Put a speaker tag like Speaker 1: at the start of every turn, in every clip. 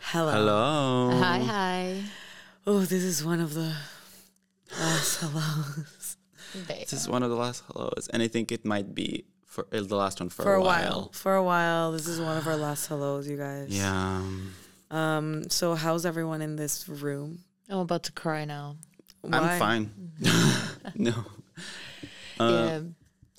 Speaker 1: Hello.
Speaker 2: Hello.
Speaker 3: Hi, hi.
Speaker 1: Oh, this is one of the last hellos.
Speaker 2: This is one of the last hellos, and I think it might be for uh, the last one for,
Speaker 1: For a while. For a while. This is one of our last hellos, you guys.
Speaker 2: Yeah.
Speaker 1: Um, so how's everyone in this room?
Speaker 3: I'm about to cry now.
Speaker 1: Why?
Speaker 2: I'm fine. no.
Speaker 3: yeah.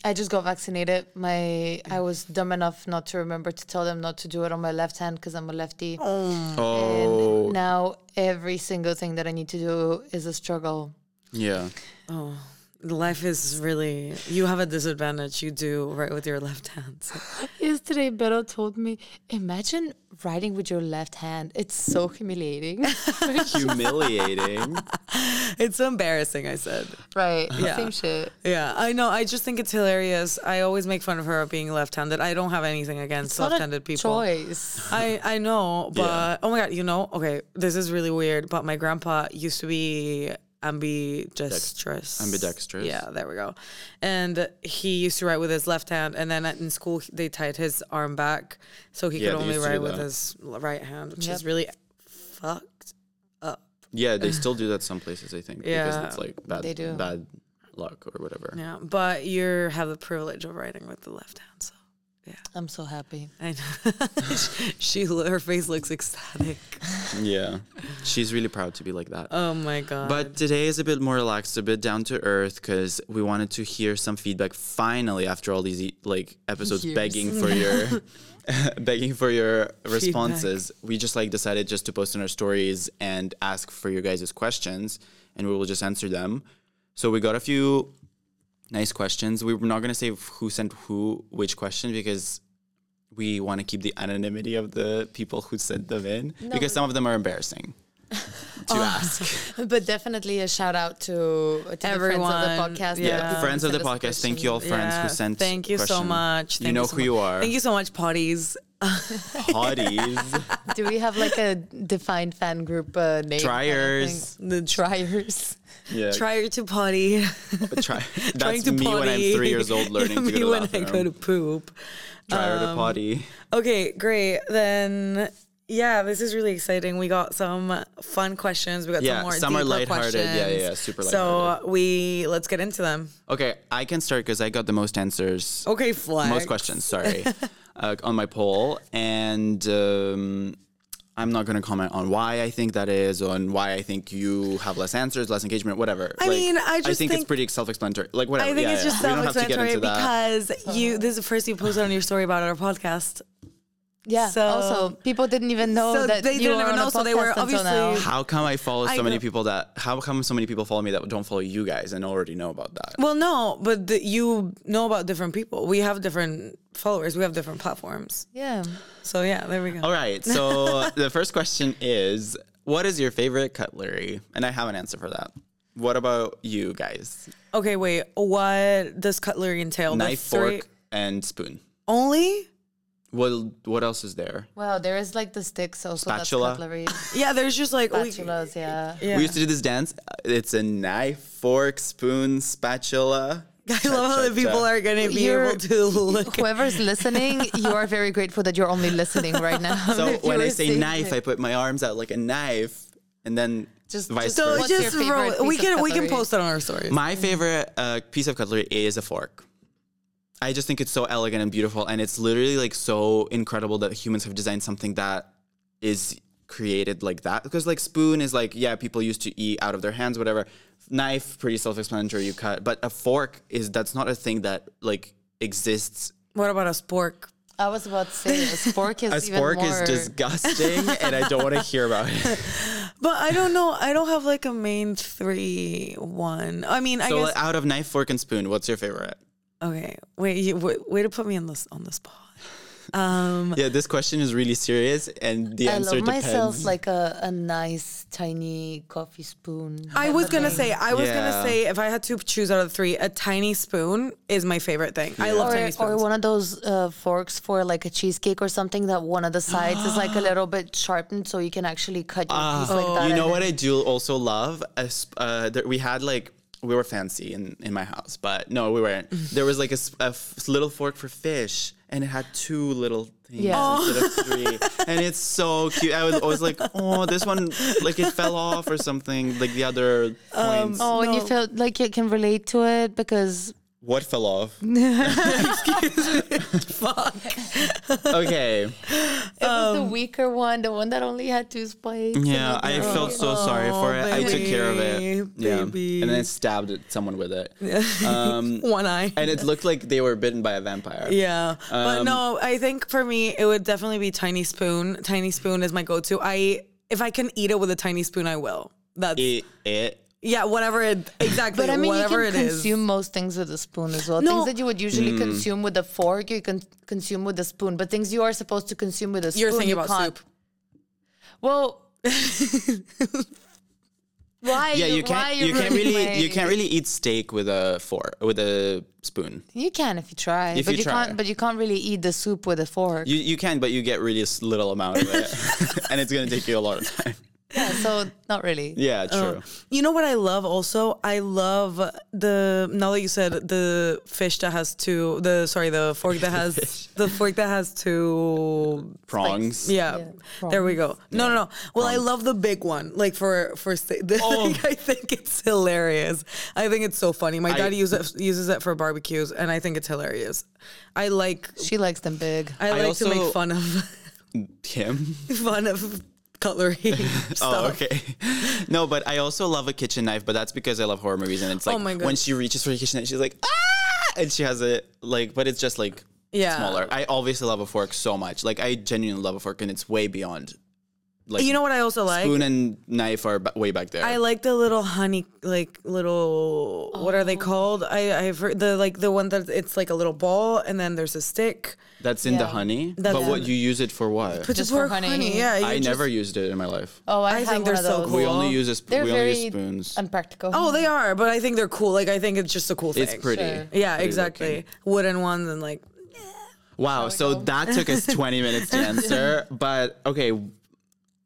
Speaker 3: I just got vaccinated. My I was dumb enough not to remember to tell them not to do it on my left hand because I'm a lefty.
Speaker 2: Oh.
Speaker 3: And now every single thing that I need to do is a struggle.
Speaker 2: Yeah.
Speaker 1: Oh. Life is really you have a disadvantage you do right with your left hand. So-
Speaker 3: Yesterday, Beto told me, imagine writing with your left hand. It's so humiliating.
Speaker 2: Humiliating.
Speaker 1: it's embarrassing, I said.
Speaker 3: right.
Speaker 1: Yeah.
Speaker 3: Same shit.
Speaker 1: Yeah, I know. I just think it's hilarious. I always make fun of her of being left-handed. I don't have anything against
Speaker 3: Not a
Speaker 1: left-handed people.
Speaker 3: Choice.
Speaker 1: I, I know, but oh my god, you know, okay, this is really weird, but my grandpa used to be ambidextrous.
Speaker 2: ambidextrous.
Speaker 1: Yeah, there we go. And he used to write with his left hand, and then at, in school he- they tied his arm back so he could
Speaker 2: Yeah, they
Speaker 1: only
Speaker 2: used to do
Speaker 1: write with
Speaker 2: that.
Speaker 1: his l- right hand, which is
Speaker 3: Yep.
Speaker 1: really fucked.
Speaker 2: Yeah, they still do that some places, I think,
Speaker 1: Yeah,
Speaker 2: because it's like bad,
Speaker 3: they do.
Speaker 2: bad luck or whatever.
Speaker 1: Yeah, but you have the privilege of writing with the left hand, so
Speaker 3: I'm so happy.
Speaker 1: I know. she, her face looks ecstatic.
Speaker 2: Yeah. She's really proud to be like that.
Speaker 1: Oh my god.
Speaker 2: But today is a bit more relaxed, a bit down to earth, because we wanted to hear some feedback finally after all these like episodes
Speaker 3: Years.
Speaker 2: begging for your begging for your responses. We just like decided just to post in our stories and ask for your guys' questions, and we will just answer them. So we got a few nice questions. We were not gonna say who sent who which question because. We want to keep the anonymity of the people who sent them in because some of them are embarrassing to ask.
Speaker 3: But definitely a shout out to, to the friends
Speaker 1: Everyone.
Speaker 3: of the podcast.
Speaker 2: Yeah,
Speaker 3: that
Speaker 2: friends of the
Speaker 3: sent us
Speaker 2: podcast. Thank you all,
Speaker 3: questions.
Speaker 2: friends who sent.
Speaker 1: Thank you so
Speaker 2: question.
Speaker 1: much. Thank
Speaker 2: you know
Speaker 1: so
Speaker 2: who you
Speaker 1: much.
Speaker 2: are.
Speaker 1: Thank you so much, potties.
Speaker 2: Hotties,
Speaker 3: Do we have like a defined fan group uh, name?
Speaker 2: triers.
Speaker 3: The triers.
Speaker 2: Yeah,
Speaker 1: Try to potty.
Speaker 2: try.
Speaker 1: Trying
Speaker 2: That's
Speaker 1: to
Speaker 2: me
Speaker 1: potty.
Speaker 2: when I'm three years old learning
Speaker 1: me
Speaker 2: to go to the
Speaker 1: when
Speaker 2: bathroom.
Speaker 1: I go um, to poop.
Speaker 2: Trier to potty.
Speaker 1: Okay, great. Then yeah, this is really exciting. We got some fun questions. We got
Speaker 2: Yeah,
Speaker 1: some more
Speaker 2: some are
Speaker 1: deeper
Speaker 2: lighthearted. Yeah, yeah,
Speaker 1: questions.
Speaker 2: yeah, super
Speaker 1: So
Speaker 2: lighthearted.
Speaker 1: we let's get into them.
Speaker 2: Okay, I can start because I got the most answers.
Speaker 1: Okay, flag.
Speaker 2: Most questions, sorry, uh, on my poll, and um, I'm not going to comment on why I think that is, on why I think you have less answers, less engagement, whatever. I
Speaker 1: mean, I just
Speaker 2: think, it's
Speaker 1: think-
Speaker 2: pretty self-explanatory. Like whatever.
Speaker 1: I think
Speaker 2: yeah,
Speaker 1: it's
Speaker 2: yeah.
Speaker 1: just
Speaker 2: We don't have to get
Speaker 1: self-explanatory
Speaker 2: into that.
Speaker 1: because you. This is the first you posted on your story about our podcast.
Speaker 3: Yeah.
Speaker 1: So-
Speaker 3: also, people didn't even know
Speaker 1: So
Speaker 3: that
Speaker 1: they
Speaker 3: you
Speaker 1: didn't
Speaker 3: were
Speaker 1: even
Speaker 3: on
Speaker 1: know,
Speaker 3: a
Speaker 1: so they were
Speaker 3: podcast until
Speaker 1: obviously-
Speaker 3: now.
Speaker 2: How come I follow so
Speaker 1: I
Speaker 2: many
Speaker 1: know.
Speaker 2: people that? How come so many people follow me that don't follow you guys and already know about that?
Speaker 1: Well, no, but the, you know about different people. We have different followers. We have different platforms.
Speaker 3: Yeah.
Speaker 1: So yeah, there we go.
Speaker 2: All right. So the first question is, what is your favorite cutlery? And I have an answer for that. What about you guys?
Speaker 1: Okay, wait. What does cutlery entail? The
Speaker 2: Knife,
Speaker 1: three-
Speaker 2: fork, and spoon.
Speaker 1: Only?
Speaker 2: What What else is there?
Speaker 3: Well, there is like the sticks also.
Speaker 2: Spatula.
Speaker 3: That's cutlery.
Speaker 1: Yeah, there's just like we-
Speaker 3: Spatulas, yeah.
Speaker 1: yeah.
Speaker 2: We used to do this dance. It's a knife, fork, spoon, spatula.
Speaker 1: I love how the people are gonna be
Speaker 3: You're-
Speaker 1: able to look.
Speaker 3: Whoever's listening, you are very grateful that you're only listening right now.
Speaker 2: So
Speaker 3: If you
Speaker 2: when I
Speaker 3: were
Speaker 2: say
Speaker 3: seeing
Speaker 2: knife, I put my arms out like a knife, and then
Speaker 3: Just-
Speaker 2: just vice
Speaker 3: just-
Speaker 2: versa.
Speaker 1: So
Speaker 3: What's your
Speaker 1: just
Speaker 3: favorite
Speaker 1: roll- we
Speaker 3: piece of
Speaker 1: can we can
Speaker 3: cutlery?
Speaker 1: post it on our stories.
Speaker 2: My favorite uh, piece of cutlery is a fork. I just think it's so elegant and beautiful, and it's literally like so incredible that humans have designed something that is created like that. Because like spoon is like yeah, people used to eat out of their hands, whatever. Knife, pretty self-explanatory. You cut, but a fork is that's not a thing that like exists.
Speaker 1: what about a spork?
Speaker 3: I was about to say a spork is
Speaker 2: A
Speaker 3: even
Speaker 2: spork
Speaker 3: more.
Speaker 2: is disgusting, and I don't want to hear about it.
Speaker 1: But I don't know. I don't have like a main three one. I mean, I
Speaker 2: So
Speaker 1: guess.
Speaker 2: out of knife, fork, and spoon, what's your favorite?
Speaker 1: okay, wait, you, wait, way to put me on this on the spot. Um,
Speaker 2: Yeah, this question is really serious, and the
Speaker 3: I love
Speaker 2: answer depends.
Speaker 3: myself like a, a nice tiny coffee spoon.
Speaker 1: I was gonna say, I was
Speaker 2: Yeah.
Speaker 1: gonna say, if I had to choose out of the three, a tiny spoon is my favorite thing. I love
Speaker 3: or,
Speaker 1: tiny
Speaker 3: or
Speaker 1: spoons.
Speaker 3: one of those uh, forks for like a cheesecake or something that one of the sides is like a little bit sharpened so you can actually cut your piece like that.
Speaker 2: Oh, You know
Speaker 3: and
Speaker 2: what I do also love? A sp- Uh, there, we had like we were fancy in, in my house, but no, we weren't. there was like a, s- a f- little fork for fish, and it had two little things
Speaker 3: Yeah. Oh.
Speaker 2: instead of three, and it's so cute. I was always like, oh, this one like it fell off or something. Like the other points,
Speaker 3: Oh, and you
Speaker 1: No.
Speaker 3: felt like you can relate to it because
Speaker 2: what fell off?
Speaker 1: Fuck.
Speaker 2: Okay,
Speaker 3: it was the weaker one, the one that only had two spikes. and
Speaker 2: Um, yeah,
Speaker 3: not the
Speaker 2: I
Speaker 3: other
Speaker 2: felt
Speaker 3: one.
Speaker 2: so sorry for it. I took care of it.
Speaker 3: Oh,
Speaker 1: baby,
Speaker 2: Yeah,
Speaker 1: baby.
Speaker 2: and then I stabbed at someone with it. Um,
Speaker 1: One eye.
Speaker 2: and it looked like they were bitten by a vampire.
Speaker 1: Yeah. but no, I think for me it would definitely be tiny spoon. Tiny spoon is my go-to. I if I can eat it with a tiny spoon, I will. That's
Speaker 2: It, it
Speaker 1: yeah, whatever it exactly
Speaker 3: But I mean, you
Speaker 1: whatever it
Speaker 3: can
Speaker 1: is.
Speaker 3: consume most things with a spoon as well.
Speaker 1: No.
Speaker 3: Things that you would usually
Speaker 2: Mm.
Speaker 3: consume with a fork, you can consume with a spoon. But things you are supposed to consume with a spoon,
Speaker 1: You're thinking
Speaker 3: you
Speaker 1: about
Speaker 3: can't.
Speaker 1: soup.
Speaker 3: Well, why?
Speaker 2: yeah, you
Speaker 3: why
Speaker 2: can't you can't
Speaker 3: ruining
Speaker 2: really
Speaker 3: my-
Speaker 2: you can't really eat steak with a fork with a spoon.
Speaker 3: You can if you try,
Speaker 2: If
Speaker 3: but
Speaker 2: you
Speaker 3: you,
Speaker 2: try.
Speaker 3: can't. But you can't really eat the soup with a fork.
Speaker 2: You you can, but you get really s- little amount of it, and it's gonna take you a lot of time.
Speaker 3: yeah, so not really.
Speaker 2: Yeah, true.
Speaker 1: Oh. You know what I love also? I love the now that you said the fish that has two the sorry, the fork that has the fork that has two
Speaker 2: Prongs.
Speaker 1: Yeah.
Speaker 3: Yeah,
Speaker 1: there we go. No, no, no. Well, I love the big one. Like for for sta- the
Speaker 2: Oh.
Speaker 1: like, I think it's hilarious. I think it's so funny. My dad uses uses it for barbecues, and I think it's hilarious. I like
Speaker 3: She likes them big.
Speaker 1: I like to
Speaker 2: also-
Speaker 1: make fun of
Speaker 2: Kim.
Speaker 1: fun of cutlery. stuff.
Speaker 2: Oh, okay. No, but I also love a kitchen knife, but that's because I love horror movies, and it's like
Speaker 1: Oh my God.
Speaker 2: when she reaches for the kitchen knife, she's like ah, and she has it like, but it's just like
Speaker 1: Yeah.
Speaker 2: smaller. I obviously love a fork so much. Like I genuinely love a fork, and it's way beyond. Like
Speaker 1: You know what I also like?
Speaker 2: spoon and knife are ba- way back there.
Speaker 1: I like the little honey, like little. What are they called? I I've heard the like the one that it's like a little ball, and then there's a stick.
Speaker 2: That's in the
Speaker 3: Yeah.
Speaker 2: honey.
Speaker 1: That's-
Speaker 2: but what you use it for?
Speaker 1: But
Speaker 2: What?
Speaker 3: Just
Speaker 1: just
Speaker 3: for
Speaker 1: for
Speaker 3: honey.
Speaker 1: honey. yeah. you
Speaker 2: I
Speaker 1: just-
Speaker 2: never used it in my life.
Speaker 3: Oh, I,
Speaker 1: I
Speaker 3: have
Speaker 1: think
Speaker 3: one
Speaker 1: they're
Speaker 3: of
Speaker 1: so
Speaker 3: those.
Speaker 1: cool.
Speaker 2: We only use a sp-
Speaker 3: They're
Speaker 2: we only
Speaker 3: very
Speaker 2: use spoons.
Speaker 3: unpractical.
Speaker 1: Oh, they are, but I think they're cool. Like I think it's just a cool thing.
Speaker 2: It's pretty.
Speaker 3: Sure.
Speaker 1: Yeah,
Speaker 2: pretty
Speaker 1: exactly.
Speaker 2: looking.
Speaker 1: Wooden ones and like
Speaker 2: Wow. So that took us 20 minutes to answer. But okay,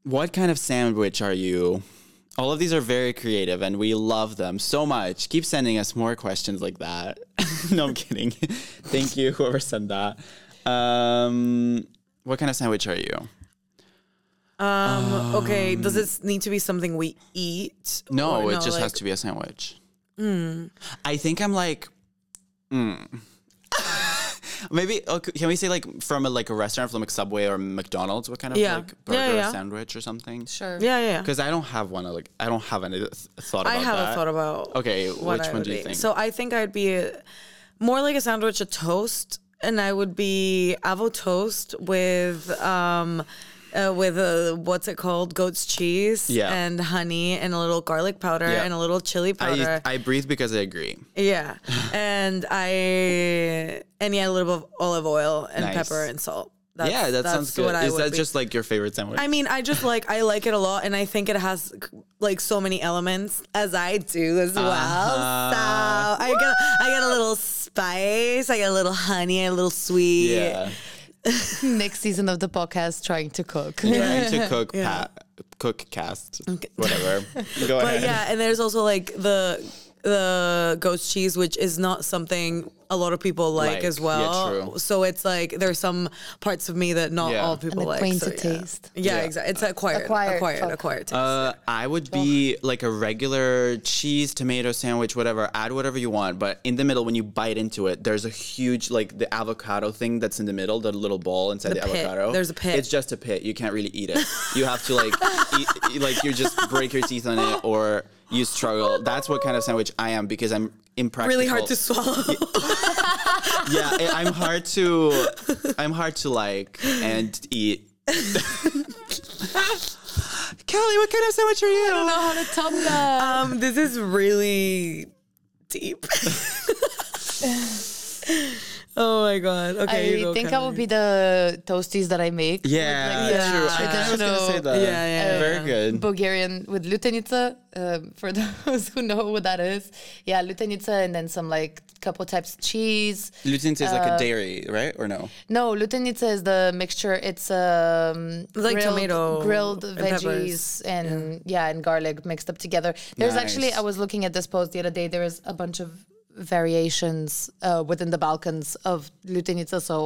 Speaker 2: what kind of sandwich are you? All of these are very creative and we love them so much. Keep sending us more questions like that. no, I'm kidding. Thank you, whoever sent that. Um, what kind of sandwich are you?
Speaker 1: um, okay, does this need to be something we eat?
Speaker 2: No,
Speaker 1: Or
Speaker 2: it just
Speaker 1: like-
Speaker 2: has
Speaker 1: Mm.
Speaker 2: to be a sandwich. I think I'm like, mm. maybe okay, can we say like from a, like a restaurant, from like Subway or McDonald's? What kind of
Speaker 1: Yeah.
Speaker 2: like
Speaker 1: Yeah,
Speaker 2: burger
Speaker 1: yeah, yeah.
Speaker 2: sandwich or something?
Speaker 3: sure.
Speaker 1: Yeah, yeah. yeah.
Speaker 2: Because I don't have one. Like I don't have any th- thought about
Speaker 1: I haven't
Speaker 2: that.
Speaker 1: thought about
Speaker 2: Okay,
Speaker 1: what I
Speaker 2: which one
Speaker 1: would
Speaker 2: do you
Speaker 1: eat.
Speaker 2: think?
Speaker 1: So I think I'd be a, more like a sandwich, a toast, and I would be avo toast with um. Uh, with a, what's it called? Goat's cheese
Speaker 2: Yeah.
Speaker 1: and honey and a little garlic powder
Speaker 2: Yeah.
Speaker 1: and a little chili powder.
Speaker 2: I, I breathe because I agree.
Speaker 1: Yeah. and I and yeah, a little bit of olive oil and
Speaker 2: Nice.
Speaker 1: pepper and salt. That's,
Speaker 2: yeah, that
Speaker 1: that's
Speaker 2: sounds good.
Speaker 1: What I
Speaker 2: Is
Speaker 1: would
Speaker 2: that
Speaker 1: be.
Speaker 2: just like your favorite sandwich?
Speaker 1: I mean, I just like I like it a lot, and I think it has like so many elements as I do as well.
Speaker 2: Uh-huh.
Speaker 1: So I get I get a little spice, I get a little honey, a little sweet.
Speaker 2: yeah,
Speaker 3: Next season of the podcast, trying to cook.
Speaker 2: trying to cook, pa- cook cast, whatever. Go
Speaker 1: But
Speaker 2: ahead.
Speaker 1: yeah, and there's also like the the ghost cheese, which is not something a lot of people like,
Speaker 2: Like,
Speaker 1: as
Speaker 2: yeah,
Speaker 1: well.
Speaker 2: true.
Speaker 1: So it's like there's some parts of me that not
Speaker 2: Yeah.
Speaker 1: all people
Speaker 3: An
Speaker 1: like.
Speaker 3: acquainted
Speaker 1: so yeah.
Speaker 3: taste.
Speaker 1: Yeah,
Speaker 2: Yeah.
Speaker 1: exactly. It's acquired,
Speaker 3: Acquired,
Speaker 1: acquired, acquired,
Speaker 3: fuck.
Speaker 1: taste.
Speaker 2: Uh, I would be like a regular cheese, tomato sandwich, whatever. Add whatever you want, but in the middle, when you bite into it, there's a huge like the avocado thing that's in the middle, the little ball inside the,
Speaker 1: The pit.
Speaker 2: avocado.
Speaker 1: There's a pit.
Speaker 2: It's just a pit. You can't really eat it. You have to like, eat, eat- like you just break your teeth on it, or you struggle. That's what kind of sandwich I am because I'm impractical.
Speaker 1: really hard to swallow.
Speaker 2: yeah, I- I'm hard to, I'm hard to like and eat. Kelly, what kind of sandwich are you?
Speaker 3: how to top that.
Speaker 1: um, this is really deep. oh my god. Okay.
Speaker 3: I
Speaker 1: you go,
Speaker 3: think I
Speaker 1: Kelly.
Speaker 3: would be the toasties that I make.
Speaker 2: Yeah,
Speaker 3: With, like,
Speaker 2: true. I think I was gonna say
Speaker 3: traditional
Speaker 2: that.
Speaker 1: Yeah, yeah,
Speaker 2: Very
Speaker 1: yeah.
Speaker 2: good.
Speaker 3: Bulgarian with lutenica. Um, for those who know what that is, yeah, lutenica, and then some like couple types of cheese.
Speaker 2: Lutein tastes
Speaker 1: uh,
Speaker 2: like a dairy, right? Or no?
Speaker 3: No, lutenica is the mixture. It's um
Speaker 1: Like
Speaker 3: grilled,
Speaker 1: tomato
Speaker 3: grilled
Speaker 1: and
Speaker 3: veggies and yeah. and garlic mixed up together. There's actually
Speaker 2: Nice.
Speaker 3: I was looking at this post the other day. There is a bunch of variations uh, within the Balkans of lutenica. So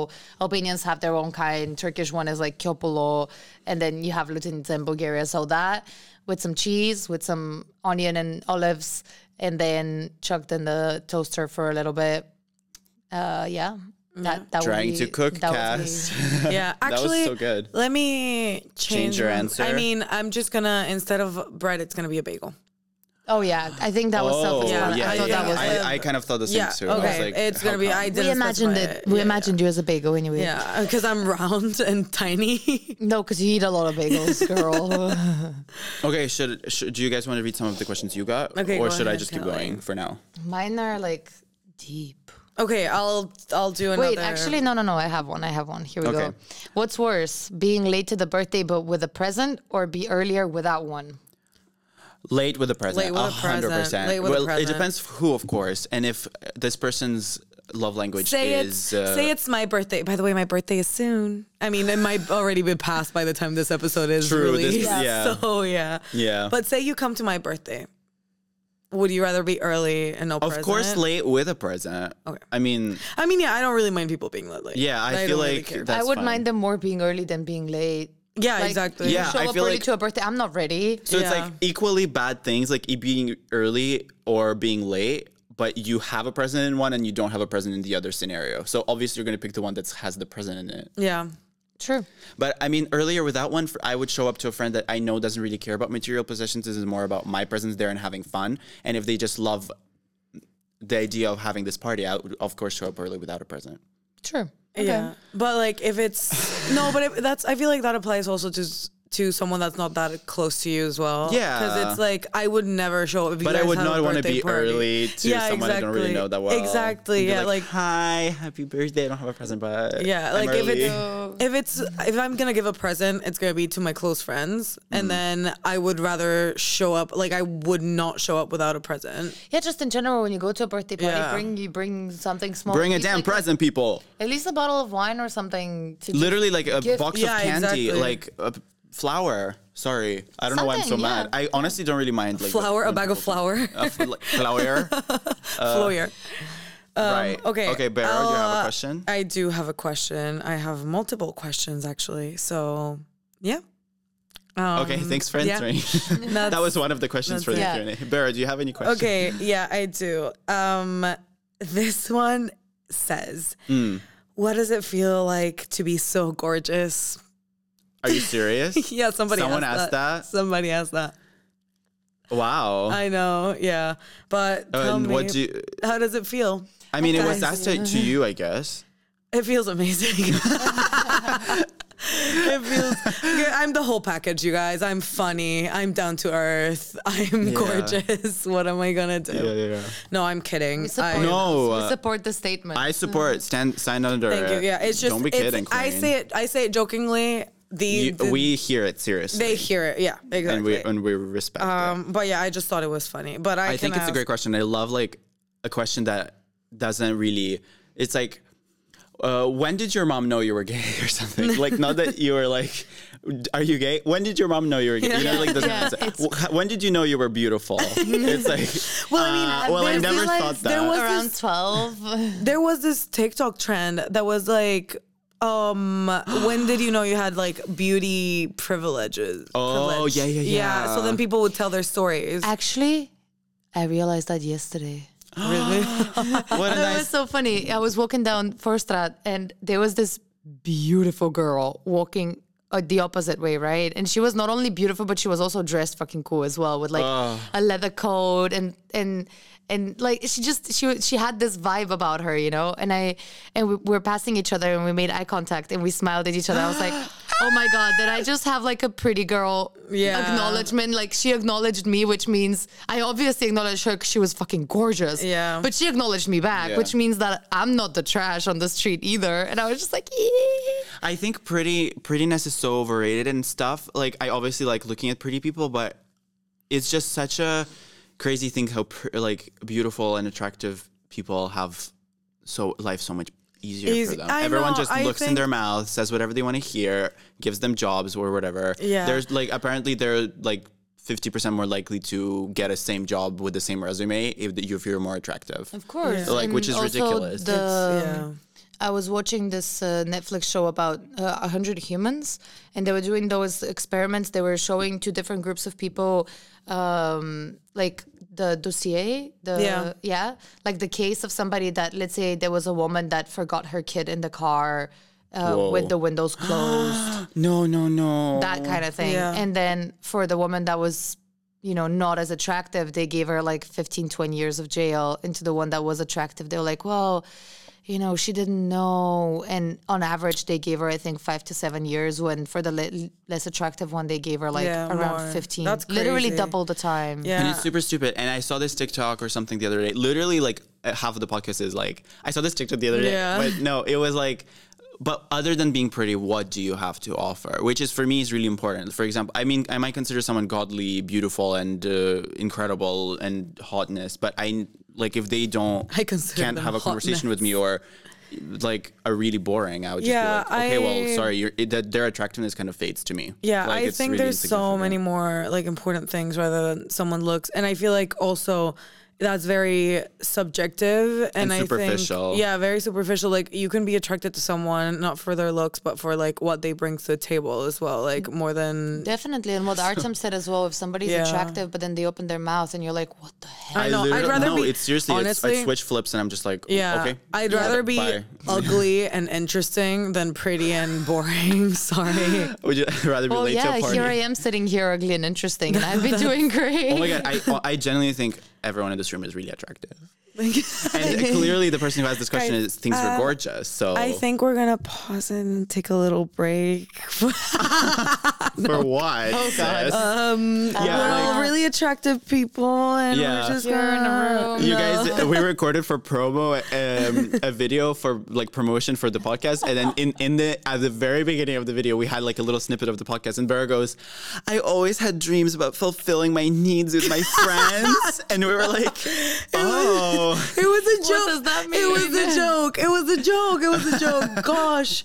Speaker 3: Albanians have their own kind. Turkish one is like kyopolo, and then you have lutenica in Bulgaria. So that with some cheese, with some onion and olives, and then chucked in the toaster for a little bit. Uh, yeah.
Speaker 1: Mm-hmm.
Speaker 3: That, that would
Speaker 2: Trying
Speaker 3: be-
Speaker 2: to cook,
Speaker 3: that would
Speaker 2: Cass.
Speaker 3: be-
Speaker 1: Yeah,
Speaker 2: was
Speaker 1: actually,
Speaker 2: so good.
Speaker 1: Let me change,
Speaker 2: Change your
Speaker 1: my-
Speaker 2: answer.
Speaker 1: I mean, I'm just gonna instead of bread, it's gonna be a bagel.
Speaker 3: Oh yeah, I think that was
Speaker 2: Oh, yeah,
Speaker 3: self-explanatory.
Speaker 2: yeah,
Speaker 3: I
Speaker 2: yeah.
Speaker 3: thought that was.
Speaker 2: I, I kind of thought the same
Speaker 1: Yeah,
Speaker 2: too. I was
Speaker 1: okay,
Speaker 2: like,
Speaker 1: it's
Speaker 2: how
Speaker 1: gonna be.
Speaker 2: come?
Speaker 1: I didn't
Speaker 3: we imagined
Speaker 1: specify
Speaker 3: it. We
Speaker 1: Yeah,
Speaker 3: imagined you as a bagel anyway.
Speaker 1: Yeah, because I'm round and tiny.
Speaker 3: No, because you eat a lot of bagels, girl.
Speaker 2: Okay, should, should do you guys want to read some of the questions you got,
Speaker 1: Okay,
Speaker 2: or
Speaker 1: go
Speaker 2: should I
Speaker 1: ahead,
Speaker 2: just keep
Speaker 1: Kelly.
Speaker 2: going for now?
Speaker 3: Mine are like deep.
Speaker 1: okay, I'll I'll do another.
Speaker 3: Wait, actually, no, no, no. I have one. I have one. Here we go.
Speaker 2: Okay.
Speaker 3: What's worse, being late to the birthday but with a present, or be earlier without one?
Speaker 2: Late with the present.
Speaker 1: Late with the present,
Speaker 2: 100%.
Speaker 1: late with the
Speaker 2: well,
Speaker 1: present.
Speaker 2: it depends who, of course, and if uh, this person's love language
Speaker 1: Say
Speaker 2: is. uh,
Speaker 1: it's say it's my birthday. By the way, my birthday is soon. I mean, it might already be passed by the time this episode is
Speaker 2: True, this-
Speaker 1: released.
Speaker 2: yeah.
Speaker 1: So yeah.
Speaker 2: Yeah.
Speaker 1: But say you come to my birthday. Would you rather be early and no
Speaker 2: uh, Of
Speaker 1: present?
Speaker 2: course, late with a present.
Speaker 1: Okay.
Speaker 2: I mean,
Speaker 1: I mean, yeah, I don't really mind people being late. late.
Speaker 2: Yeah, I feel
Speaker 1: don't really
Speaker 2: like
Speaker 1: care.
Speaker 2: that-
Speaker 3: I
Speaker 2: That's
Speaker 3: would
Speaker 2: fine.
Speaker 3: mind them more being early than being late.
Speaker 1: yeah,
Speaker 3: Like,
Speaker 1: exactly.
Speaker 3: You
Speaker 2: Yeah,
Speaker 3: show
Speaker 2: I
Speaker 3: up
Speaker 2: feel
Speaker 3: early
Speaker 2: like-
Speaker 3: to a birthday. I'm not ready.
Speaker 2: so it's like
Speaker 1: Yeah.
Speaker 2: equally bad things, like e- being early or being late. But you have a present in one and you don't have a present in the other scenario. So obviously you're gonna pick the one that has the present in it.
Speaker 1: Yeah.
Speaker 3: True.
Speaker 2: But I mean, earlier with that one, fr- I would show up to a friend that I know doesn't really care about material possessions. This is more about my presence there and having fun. And if they just love the idea of having this party, I would of course show up early without a present.
Speaker 3: True.
Speaker 1: Yeah. But like if it's no, but if that's I feel like that applies also to s- to someone that's not that close to you as well. Because
Speaker 2: Yeah.
Speaker 1: it's like I would never show up. If you
Speaker 2: But I
Speaker 1: guys
Speaker 2: would
Speaker 1: have a
Speaker 2: not want to
Speaker 1: birthday
Speaker 2: be
Speaker 1: party.
Speaker 2: early to
Speaker 1: Yeah,
Speaker 2: someone I don't really
Speaker 1: exactly.
Speaker 2: know that well.
Speaker 1: Exactly.
Speaker 2: And be
Speaker 1: Yeah. Like,
Speaker 2: hi, happy birthday. I don't have a present, but
Speaker 1: yeah.
Speaker 2: I'm
Speaker 1: Like if
Speaker 2: early."
Speaker 1: it's if it's if I'm gonna give a present, it's gonna be to my close friends,
Speaker 2: Mm.
Speaker 1: and then I would rather show up. Like I would not show up without a present.
Speaker 3: Yeah, just in general, when you go to a birthday party,
Speaker 1: Yeah.
Speaker 3: bring you bring something small.
Speaker 2: bring a
Speaker 3: At least,
Speaker 2: damn
Speaker 3: like,
Speaker 2: present, people.
Speaker 3: At least a bottle of wine or something. To
Speaker 2: Literally like a
Speaker 3: Gift-
Speaker 2: box
Speaker 1: Yeah,
Speaker 2: of candy,
Speaker 1: exactly.
Speaker 2: like a p- flour. Sorry, I don't know why I'm so
Speaker 3: Something, yeah.
Speaker 2: mad. I honestly don't really mind like the-
Speaker 1: Flour, a
Speaker 2: when
Speaker 1: bag of
Speaker 2: people-
Speaker 1: flour,
Speaker 2: a fl- flour. Uh,
Speaker 1: flour.
Speaker 2: right.
Speaker 1: Um, okay,
Speaker 2: Okay, Beryl, you have
Speaker 1: I'll, uh,
Speaker 2: a question?
Speaker 1: I do have a question. I have multiple questions actually. So yeah.
Speaker 2: okay, thanks for
Speaker 1: um, yeah.
Speaker 2: answering. that was one of the questions for the
Speaker 3: that's
Speaker 2: Q&A. Beryl, do you have any questions?
Speaker 1: Okay, yeah, I do. Um, this one says, "What does it feel like to be so gorgeous?"
Speaker 2: Are you serious?
Speaker 1: Yeah, somebody
Speaker 2: Someone
Speaker 1: asked,
Speaker 2: asked that?
Speaker 1: Somebody asked that.
Speaker 2: Wow.
Speaker 1: I know. Yeah, but
Speaker 2: Uh,
Speaker 1: tell
Speaker 2: and
Speaker 1: me,
Speaker 2: what do you,
Speaker 1: how does it feel?
Speaker 2: I mean, it was
Speaker 1: Guys.
Speaker 2: asked to, to you, I guess.
Speaker 1: It feels amazing. it feels. good. I'm the whole package, you guys. I'm funny. I'm down to earth. I'm gorgeous. What am I gonna do?
Speaker 2: yeah.
Speaker 1: No, I'm kidding.
Speaker 3: We support,
Speaker 1: I-
Speaker 2: No,
Speaker 3: we
Speaker 2: uh,
Speaker 3: support the statement.
Speaker 2: I support stand sign under.
Speaker 1: Mm. Thank you.
Speaker 2: it.
Speaker 1: Yeah, it's just.
Speaker 2: don't be
Speaker 1: it's-
Speaker 2: kidding.
Speaker 1: I
Speaker 2: queen.
Speaker 1: say it. I say it jokingly. The,
Speaker 2: You-
Speaker 1: the-
Speaker 2: we hear it seriously,
Speaker 1: they hear it. Yeah, exactly.
Speaker 2: and we and we respect. it.
Speaker 1: um, but yeah, I just thought it was funny. But I,
Speaker 2: I think
Speaker 1: can
Speaker 2: it's a great
Speaker 1: ask-
Speaker 2: question. I love like a question that doesn't really. It's like, uh, when did your mom know you were gay or something? like, not that you were like, are you gay? When did your mom know you were gay? You know, like doesn't
Speaker 3: Yeah,
Speaker 2: answer.
Speaker 3: it's-
Speaker 2: "Wh- When did you know you were beautiful? it's like, well, I mean, well, I
Speaker 3: there's
Speaker 2: never
Speaker 3: this, like,
Speaker 2: thought that.
Speaker 1: there was-
Speaker 3: around
Speaker 1: this-
Speaker 3: twelve.
Speaker 1: There was this TikTok trend that was like, um, when did you know you had like beauty privileges?
Speaker 2: Oh,
Speaker 1: privilege?
Speaker 2: yeah, yeah,
Speaker 1: So
Speaker 2: yeah.
Speaker 1: then people would tell their stories.
Speaker 3: Actually, I realized that yesterday.
Speaker 2: what a
Speaker 3: That was
Speaker 2: nice.
Speaker 3: so funny. I was walking down Forstrat and there was this beautiful girl walking uh, the opposite way, right? And she was not only beautiful, but she was also dressed fucking cool as well, with like a leather coat and and and like she just she wa- she had this vibe about her, you know. And I and we were passing each other and we made eye contact and we smiled at each other. I was like. Oh my god! Did I just have like a pretty girl
Speaker 1: Yeah.
Speaker 3: acknowledgement? Like she acknowledged me, which means I obviously acknowledged her because she was fucking gorgeous.
Speaker 1: Yeah.
Speaker 3: But she acknowledged me back,
Speaker 2: Yeah.
Speaker 3: which means that I'm not the trash on the street either. And I was just like, yeah.
Speaker 2: I think pretty prettiness is so overrated and stuff. Like, I obviously like looking at pretty people, but it's just such a crazy thing how pr- like beautiful and attractive people have so life so much easier
Speaker 1: Easy-
Speaker 2: for them.
Speaker 1: I
Speaker 2: Everyone
Speaker 1: know,
Speaker 2: just
Speaker 1: I
Speaker 2: looks in
Speaker 1: think-
Speaker 2: their mouth, says whatever they want to hear, gives them jobs or whatever.
Speaker 1: Yeah.
Speaker 2: There's like apparently they're like 50% more likely to get a same job with the same resume if, the, if you're more attractive.
Speaker 3: Of course.
Speaker 1: Yeah.
Speaker 2: Like, which is
Speaker 3: also
Speaker 2: ridiculous.
Speaker 3: the-
Speaker 1: yeah.
Speaker 3: I was watching this uh, Netflix show about uh, 100 humans, and they were doing those experiments. They were showing two different groups of people, um, like the dossier, the
Speaker 1: Yeah.
Speaker 3: like the case of somebody that, let's say, there was a woman that forgot her kid in the car uh, with
Speaker 2: Whoa.
Speaker 3: the windows closed
Speaker 2: No, no, no.
Speaker 3: that kind of thing.
Speaker 1: Oh, Yeah.
Speaker 3: And then for the woman that was, you know, not as attractive, they gave her like 15, 20 years of jail. And to the one that was attractive, they were like, well, you know, she didn't know. And on average, they gave her, I think, five to seven years. When for the le- less attractive one, they gave her like
Speaker 1: Yeah,
Speaker 3: around
Speaker 1: more.
Speaker 3: 15.
Speaker 1: That's
Speaker 3: Literally
Speaker 1: crazy.
Speaker 3: double the time.
Speaker 1: Yeah.
Speaker 2: And it's super stupid. And I saw this TikTok or something the other day. Literally, like uh, half of the podcast is like, I saw this TikTok the other
Speaker 1: Yeah.
Speaker 2: day. But no, it was like, but other than being pretty, what do you have to offer? Which is for me is really important. For example, I mean, I might consider someone godly, beautiful, and uh, incredible, and hotness. But I like if they don't,
Speaker 1: I consider
Speaker 2: can't
Speaker 1: them
Speaker 2: have a conversation with me or like are really boring. I would just
Speaker 1: Yeah,
Speaker 2: be like, okay, well,
Speaker 1: I-
Speaker 2: sorry, you're, it, that their attractiveness kind of fades to me.
Speaker 1: Yeah,
Speaker 2: Like,
Speaker 1: I
Speaker 2: it's
Speaker 1: think
Speaker 2: really
Speaker 1: there's so
Speaker 2: insignificant.
Speaker 1: many more like important things rather than someone looks, and I feel like also that's very subjective and,
Speaker 2: And
Speaker 1: I
Speaker 2: superficial.
Speaker 1: think yeah, very superficial. Like you can be attracted to someone not for their looks, but for like what they bring to the table as well. Like more than
Speaker 3: Definitely. And what Artem said as well if somebody's
Speaker 1: Yeah.
Speaker 3: attractive, but then they open their mouth and you're like, what the hell?
Speaker 1: I know, I'd
Speaker 2: literally-
Speaker 1: rather
Speaker 2: no,
Speaker 1: be-
Speaker 2: it's seriously. it's, I
Speaker 1: honestly-
Speaker 2: switch flips and I'm just like,
Speaker 1: yeah.
Speaker 2: okay.
Speaker 1: I'd
Speaker 2: Yeah,
Speaker 1: rather be
Speaker 2: bye.
Speaker 1: ugly and interesting than pretty and boring. Sorry.
Speaker 2: Would you rather be
Speaker 1: Oh,
Speaker 3: Well,
Speaker 2: late to
Speaker 3: Oh, yeah,
Speaker 2: a party?
Speaker 3: here I am sitting here ugly and interesting, and I've been doing great.
Speaker 2: Oh my god, I I genuinely think everyone in this room is really attractive. And
Speaker 1: I
Speaker 2: clearly, the person who asked this question
Speaker 1: Guys, uh,
Speaker 2: is thinks we're gorgeous. So
Speaker 1: think we're gonna pause and take a little break.
Speaker 2: for what? Oh
Speaker 3: God.
Speaker 1: Um, we're
Speaker 2: yeah,
Speaker 1: all
Speaker 2: like,
Speaker 1: really attractive people, and
Speaker 2: Yeah.
Speaker 1: we're just
Speaker 3: You're in
Speaker 1: gonna-
Speaker 3: a room.
Speaker 2: you guys, uh, we recorded for promo um, a video for like promotion for the podcast, and then in in the at the very beginning of the video, we had like a little snippet of the podcast, and Vera goes, "I always had dreams about fulfilling my needs with my friends," and we were like, "Oh."
Speaker 1: It was a joke.
Speaker 3: What does that
Speaker 1: It was
Speaker 3: mean?
Speaker 1: a joke. It was a joke. It was a joke. Gosh,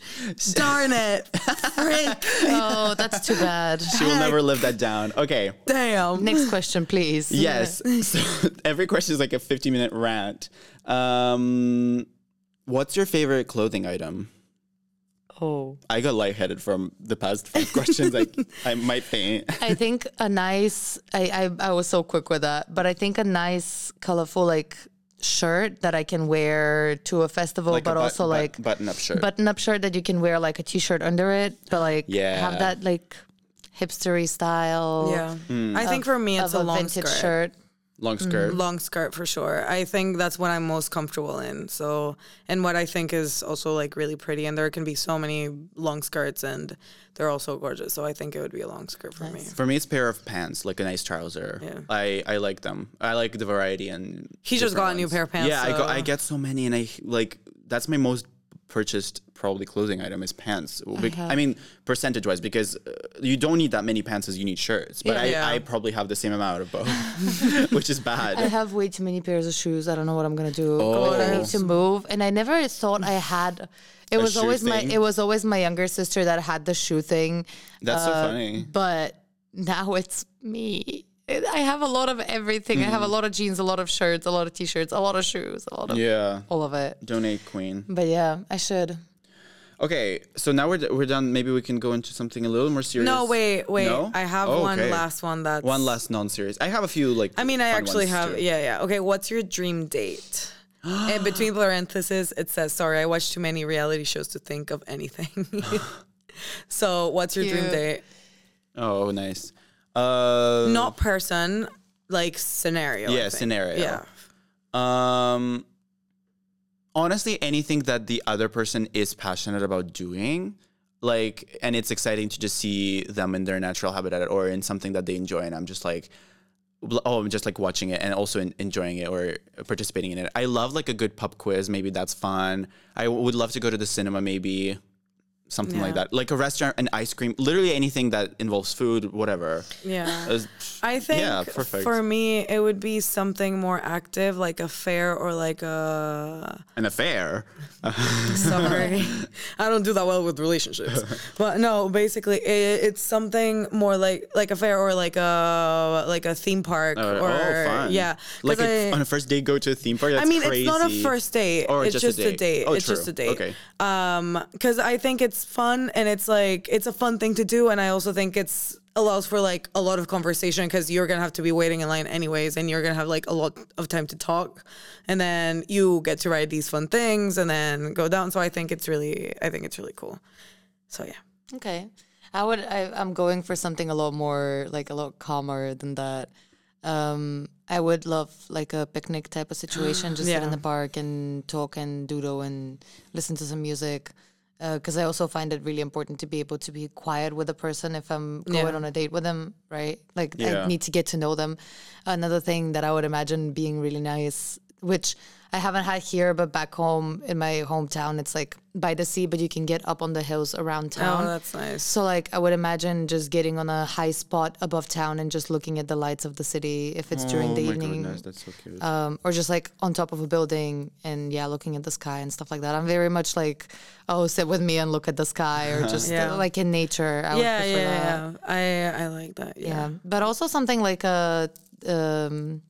Speaker 1: darn it, frick,
Speaker 3: Oh, that's too bad.
Speaker 2: She will never live that down. Okay.
Speaker 1: damn.
Speaker 3: Next question, please.
Speaker 2: Yes. So every question is like a 50 minute rant. Um, what's your favorite clothing item?
Speaker 3: Oh.
Speaker 2: I got lightheaded from the past five questions. Like I might faint.
Speaker 3: I think a nice. I, I I was so quick with that, but I think a nice, colorful like shirt that I can wear to a festival, but
Speaker 2: a
Speaker 3: also like
Speaker 2: button up shirt.
Speaker 3: button-up shirt that you can wear like a t-shirt under it, but like
Speaker 2: Yeah.
Speaker 3: have that like hipstery style.
Speaker 1: Yeah,
Speaker 2: Hmm.
Speaker 1: I think for me it's
Speaker 3: Of
Speaker 1: a,
Speaker 3: a,
Speaker 1: long
Speaker 3: vintage
Speaker 1: skirt.
Speaker 3: shirt.
Speaker 2: Long
Speaker 3: mm,
Speaker 2: skirt.
Speaker 1: Long skirt for sure. I think that's what I'm most comfortable in. So, and what I think is also like really pretty. And there can be so many long skirts, and they're also gorgeous. So I think it would be a long skirt for me.
Speaker 2: For me, it's a pair of pants, like a nice trouser.
Speaker 1: Yeah.
Speaker 2: I, I like them. I like the variety and.
Speaker 1: He just
Speaker 2: different
Speaker 1: got a new
Speaker 2: ones.
Speaker 1: pair of pants,
Speaker 2: Yeah, I, go,
Speaker 1: so-
Speaker 2: I get so many, and I like that's my most purchased probably clothing item is pants. Bec- I, mean, percentage wise, because uh, you don't need that many pants as you need shirts. But I,
Speaker 1: Yeah.
Speaker 2: I probably have the same amount of both, which is bad.
Speaker 3: I have way too many pairs of shoes. I don't know what I'm gonna do.
Speaker 2: Oh,
Speaker 3: Like, I need
Speaker 2: Gross.
Speaker 3: to move, and I never thought I had. It was
Speaker 2: shoe
Speaker 3: always my.
Speaker 2: thing?
Speaker 3: It was always my younger sister that had the shoe thing,
Speaker 2: that's so funny.
Speaker 3: uh, but now it's me. It- I have a lot of everything. I have a lot of jeans, a lot of shirts, a lot of t-shirts, a lot of shoes, a lot of
Speaker 2: Hmm. Yeah.
Speaker 3: all of it.
Speaker 2: Donate queen.
Speaker 3: But yeah, I should.
Speaker 2: Okay, so now we're d- we're done. Maybe we can go into something a little more serious.
Speaker 1: No, wait, wait.
Speaker 2: No?
Speaker 1: I have
Speaker 2: Oh,
Speaker 1: one
Speaker 2: okay.
Speaker 1: last one. That's
Speaker 2: One last non-serious. I have a few like.
Speaker 1: I mean, I
Speaker 2: fun
Speaker 1: actually
Speaker 2: ones,
Speaker 1: have.
Speaker 2: too.
Speaker 1: Yeah, yeah. Okay, what's your dream date? and between parentheses, it says, "Sorry, I watch too many reality shows to think of anything." so, what's your dream
Speaker 3: Cute.
Speaker 1: date?
Speaker 2: Oh, nice. Uh,
Speaker 1: Not person, like scenario. I
Speaker 2: Yeah,
Speaker 1: think.
Speaker 2: scenario.
Speaker 1: Yeah.
Speaker 2: Um, honestly, anything that the other person is passionate about doing, like, and it's exciting to just see them in their natural habitat or in something that they enjoy. And I'm just like, l- oh, I'm just like watching it and also en- enjoying it or participating in it. I love like a good pub quiz. Maybe that's fun. I w- would love to go to the cinema. Maybe something like
Speaker 1: Yeah.
Speaker 2: that. Like a restaurant, an ice cream, literally anything that involves food, whatever.
Speaker 1: Yeah.
Speaker 2: As-
Speaker 1: I think
Speaker 2: Uh, Yeah, perfect.
Speaker 1: for me it would be something more active, like a fair or like a
Speaker 2: An affair.
Speaker 1: sorry. I don't do that well with relationships, but no, basically it, it's something more like like a fair or like a like a theme park
Speaker 2: Or,
Speaker 1: or
Speaker 2: oh, fun.
Speaker 1: yeah. 'Cause
Speaker 2: Like a,
Speaker 1: I-
Speaker 2: on a first date, go to a theme park.
Speaker 1: I
Speaker 2: That's
Speaker 1: mean, it's not a
Speaker 2: crazy.
Speaker 1: first date.
Speaker 2: Or
Speaker 1: it's just, a date.
Speaker 2: Oh,
Speaker 1: it's
Speaker 2: true.
Speaker 1: just a date.
Speaker 2: Okay.
Speaker 1: Um, because I think it's fun and it's like it's a fun thing to do, and I also think it's allows for like a lot of conversation because you're gonna have to be waiting in line anyways, and you're gonna have like a lot of time to talk, and then you get to ride these fun things, and then go down. So I think it's really, I think it's really cool. So yeah.
Speaker 3: Okay. I would I, I'm going for something a lot more like a lot calmer than that. Um I would love like a picnic type of situation, just sit
Speaker 1: Yeah.
Speaker 3: in the park and talk and doodle and listen to some music. Because I also find it really important to be able to be quiet with a person if I'm going
Speaker 1: Yeah.
Speaker 3: on a date with them, right? Like
Speaker 2: Yeah.
Speaker 3: I need to get to know them. Another thing that I would imagine being really nice, which I haven't had here, but back home in my hometown, it's like by the sea, but you can get up on the hills around town.
Speaker 1: Oh, that's nice.
Speaker 3: So like I would imagine just getting on a high spot above town and just looking at the lights of the city if it's during the
Speaker 2: oh my
Speaker 3: evening.
Speaker 2: goodness, that's so cute.
Speaker 3: Um, or just like on top of a building and yeah, looking at the sky and stuff like that. I'm very much like, oh, sit with me and look at the sky or just
Speaker 1: Yeah.
Speaker 3: uh, like in nature. I would
Speaker 1: Yeah,
Speaker 3: prefer that.
Speaker 1: yeah, yeah. I I like that.
Speaker 3: Yeah.
Speaker 1: Yeah.
Speaker 3: But also something like a um,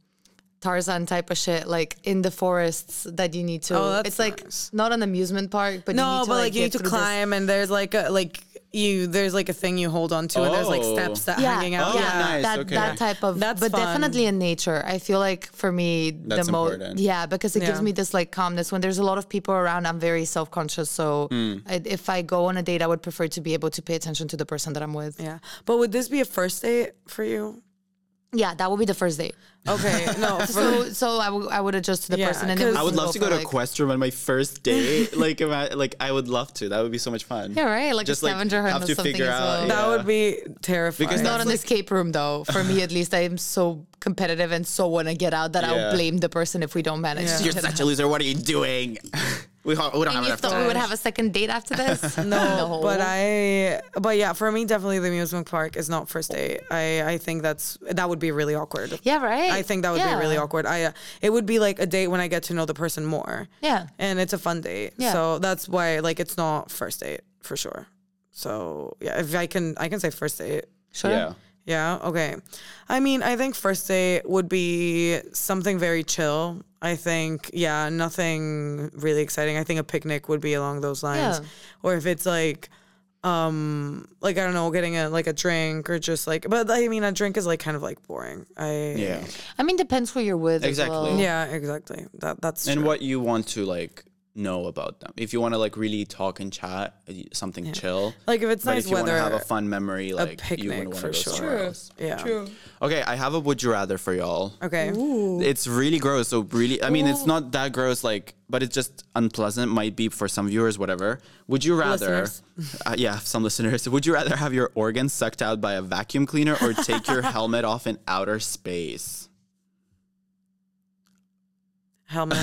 Speaker 3: Tarzan type of shit, like in the forests that you need to.
Speaker 1: Oh, that's
Speaker 3: it's like
Speaker 1: nice.
Speaker 3: not an amusement park, but you
Speaker 1: No,
Speaker 3: need to,
Speaker 1: but like, you
Speaker 3: get
Speaker 1: need to
Speaker 3: through this-
Speaker 1: climb, and there's like a like you there's like a thing you hold on to, and there's like
Speaker 2: Oh.
Speaker 1: steps that
Speaker 3: yeah,
Speaker 1: hanging out.
Speaker 2: Oh,
Speaker 1: yeah,
Speaker 2: nice.
Speaker 3: that,
Speaker 2: okay.
Speaker 3: that type of
Speaker 1: That's
Speaker 3: but
Speaker 1: fun.
Speaker 3: definitely in nature i feel like for me
Speaker 2: That's
Speaker 3: the most
Speaker 2: important.
Speaker 3: yeah because it gives
Speaker 1: Yeah.
Speaker 3: me this like calmness when there's a lot of people around i'm very self-conscious so
Speaker 2: Mm.
Speaker 3: I, if i go on a date i would prefer to be able to pay attention to the person that i'm with yeah,
Speaker 1: yeah. But would this be a first date for you?
Speaker 3: that would be the first date
Speaker 1: Okay, no. For,
Speaker 3: so so I would- I would adjust to the
Speaker 1: Yeah,
Speaker 3: person and then
Speaker 1: 'cause-
Speaker 3: we
Speaker 2: I would
Speaker 3: can
Speaker 2: love to go
Speaker 3: for,
Speaker 2: to
Speaker 3: like,
Speaker 2: a quest room on my first date. like, ima- like I would love to. That would be so much fun.
Speaker 3: Yeah, right, like a scavenger hunt
Speaker 2: have
Speaker 3: or
Speaker 2: to
Speaker 3: something
Speaker 2: figure
Speaker 3: as well.
Speaker 2: out.
Speaker 1: that
Speaker 2: yeah.
Speaker 1: would be terrifying.
Speaker 2: Because
Speaker 3: not an escape room though for me at least i'm so competitive and so want to get out that
Speaker 2: Yeah.
Speaker 3: i'll blame the person if we don't manage
Speaker 1: Yeah.
Speaker 3: to
Speaker 2: You're
Speaker 3: get out.
Speaker 2: such a loser. What are you doing? we, ha- we don't have
Speaker 3: and you
Speaker 2: enough
Speaker 3: thought
Speaker 2: time.
Speaker 3: we would have a second date after this
Speaker 1: no, but I, but yeah, for me, definitely the amusement park is not first date. I, I think that's that would be really awkward.
Speaker 3: Yeah, right.
Speaker 1: I think that would
Speaker 3: Yeah.
Speaker 1: be really awkward. I, uh, it would be like a date when I get to know the person more.
Speaker 3: Yeah.
Speaker 1: and it's a fun date.
Speaker 3: Yeah.
Speaker 1: So that's why, like, it's not first date for sure. So yeah, if I can, I can say first date.
Speaker 3: Sure.
Speaker 2: Yeah.
Speaker 1: Yeah. Okay. I mean, I think first date would be something very chill. I think, yeah, nothing really exciting. I think a picnic would be along those lines.
Speaker 3: Yeah.
Speaker 1: Or if it's like, um, like I don't know, getting a like a drink or just like, but I mean, a drink is like kind of like boring. I
Speaker 2: Yeah.
Speaker 3: I mean, depends who you're with.
Speaker 2: Exactly.
Speaker 3: As well.
Speaker 1: yeah, exactly. That that's
Speaker 2: And
Speaker 1: true.
Speaker 2: what you want to like know about them. If you want to like really talk and chat, y- something chill.
Speaker 1: Like, if it's
Speaker 2: but
Speaker 1: nice
Speaker 2: if you wanna have
Speaker 1: weather,
Speaker 2: a fun memory, like you
Speaker 1: picnic
Speaker 2: wouldn't want
Speaker 1: for
Speaker 2: to
Speaker 1: sure.
Speaker 2: go somewhere
Speaker 1: True. yeah.
Speaker 2: else. Okay, I have a would you rather for y'all.
Speaker 1: Okay.
Speaker 2: It's really gross. So really, I mean, it's not that gross, like, but it's just unpleasant. Might be for some viewers, whatever. Would you rather?
Speaker 1: Listeners.
Speaker 2: Uh, yeah, some listeners. Would you rather have your organs sucked out by a vacuum cleaner or take your helmet off in outer space?
Speaker 1: Helmet.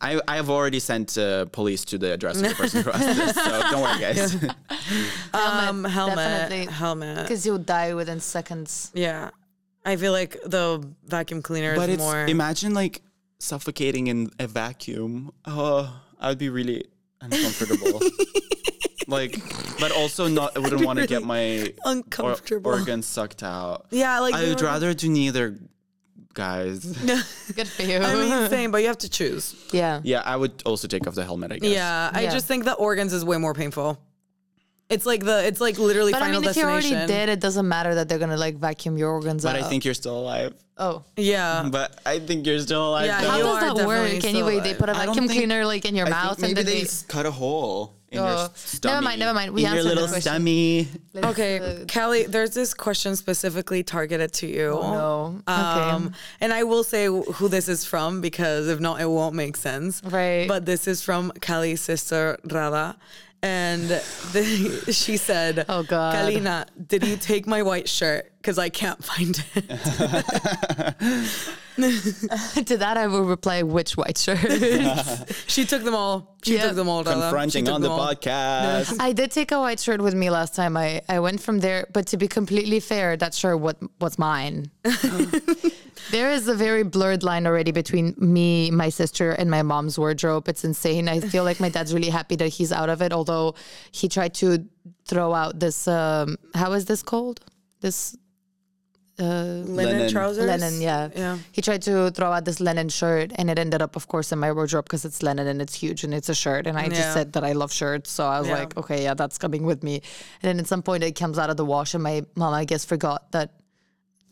Speaker 2: I I have already sent uh, police to the address of the person who asked this, so don't worry, guys.
Speaker 1: um, helmet.
Speaker 3: definitely.
Speaker 1: Helmet.
Speaker 3: Because you'll die within seconds.
Speaker 1: Yeah. I feel like the vacuum cleaner
Speaker 2: but
Speaker 1: is
Speaker 2: it's
Speaker 1: more.
Speaker 2: imagine like suffocating in a vacuum. Oh, I'd be really uncomfortable. like, but also not. I wouldn't want to get my or-
Speaker 1: uncomfortable.
Speaker 2: organs sucked out.
Speaker 1: yeah, like
Speaker 2: I
Speaker 1: we
Speaker 2: would
Speaker 1: were-
Speaker 2: rather do neither, guys.
Speaker 3: Good for you.
Speaker 1: I mean, same, but you have to choose.
Speaker 3: yeah.
Speaker 2: yeah, I would also take off the helmet. I guess.
Speaker 1: Yeah, I
Speaker 3: Yeah.
Speaker 1: just think the organs is way more painful. It's like the it's like literally
Speaker 3: But I
Speaker 1: final
Speaker 3: mean, if you're
Speaker 1: destination.
Speaker 3: already dead, it doesn't matter that they're gonna like vacuum your organs
Speaker 2: But
Speaker 3: out.
Speaker 2: I think you're still alive.
Speaker 3: Oh.
Speaker 1: Yeah,
Speaker 2: But I think you're still alive.
Speaker 1: Yeah,
Speaker 2: though.
Speaker 3: How
Speaker 1: You are
Speaker 3: does that
Speaker 1: definitely
Speaker 3: work
Speaker 1: still
Speaker 3: anyway? They
Speaker 1: alive.
Speaker 3: put a
Speaker 2: I don't
Speaker 3: vacuum
Speaker 2: think-
Speaker 3: cleaner like in your
Speaker 2: I think
Speaker 3: mouth, and
Speaker 2: maybe
Speaker 3: then
Speaker 2: they
Speaker 3: they.
Speaker 2: s- cut a hole in your
Speaker 3: Oh.
Speaker 2: s-
Speaker 3: Never
Speaker 2: stomach,
Speaker 3: mind, never mind. We
Speaker 2: in your
Speaker 3: answered
Speaker 2: little
Speaker 3: the question.
Speaker 2: stomach.
Speaker 1: okay, Kelly. There's this question specifically targeted to you.
Speaker 3: Oh, no.
Speaker 1: Um, and I will say wh- who this is from because if not, it won't make sense.
Speaker 3: Right.
Speaker 1: But this is from Kali's sister Rada, and the, she said,
Speaker 3: Oh, God.
Speaker 1: Kalina, did you take my white shirt? because I can't find it.
Speaker 3: to that, I will reply, which white shirt?
Speaker 1: she took them all. She
Speaker 3: Yeah.
Speaker 1: took them all. Dada. uh, She
Speaker 2: Confronting
Speaker 1: took
Speaker 2: on the
Speaker 1: them all.
Speaker 2: podcast.
Speaker 3: I did take a white shirt with me last time. I, I went from there, but to be completely fair, that shirt what was mine. there is a very blurred line already between me, my sister, and my mom's wardrobe. It's insane. I feel like my dad's really happy that he's out of it, although he tried to throw out this um, how is this called? This
Speaker 1: Linen,
Speaker 2: Linen.
Speaker 1: trousers.
Speaker 3: linen, yeah.
Speaker 1: Yeah.
Speaker 3: He tried to throw out this linen shirt, and it ended up, of course, in my wardrobe because it's linen and it's huge and it's a shirt. And I just
Speaker 1: Yeah.
Speaker 3: said that I love shirts, so I was
Speaker 1: Yeah.
Speaker 3: like, okay, yeah, that's coming with me. And then at some point, it comes out of the wash, and my mom, I guess, forgot that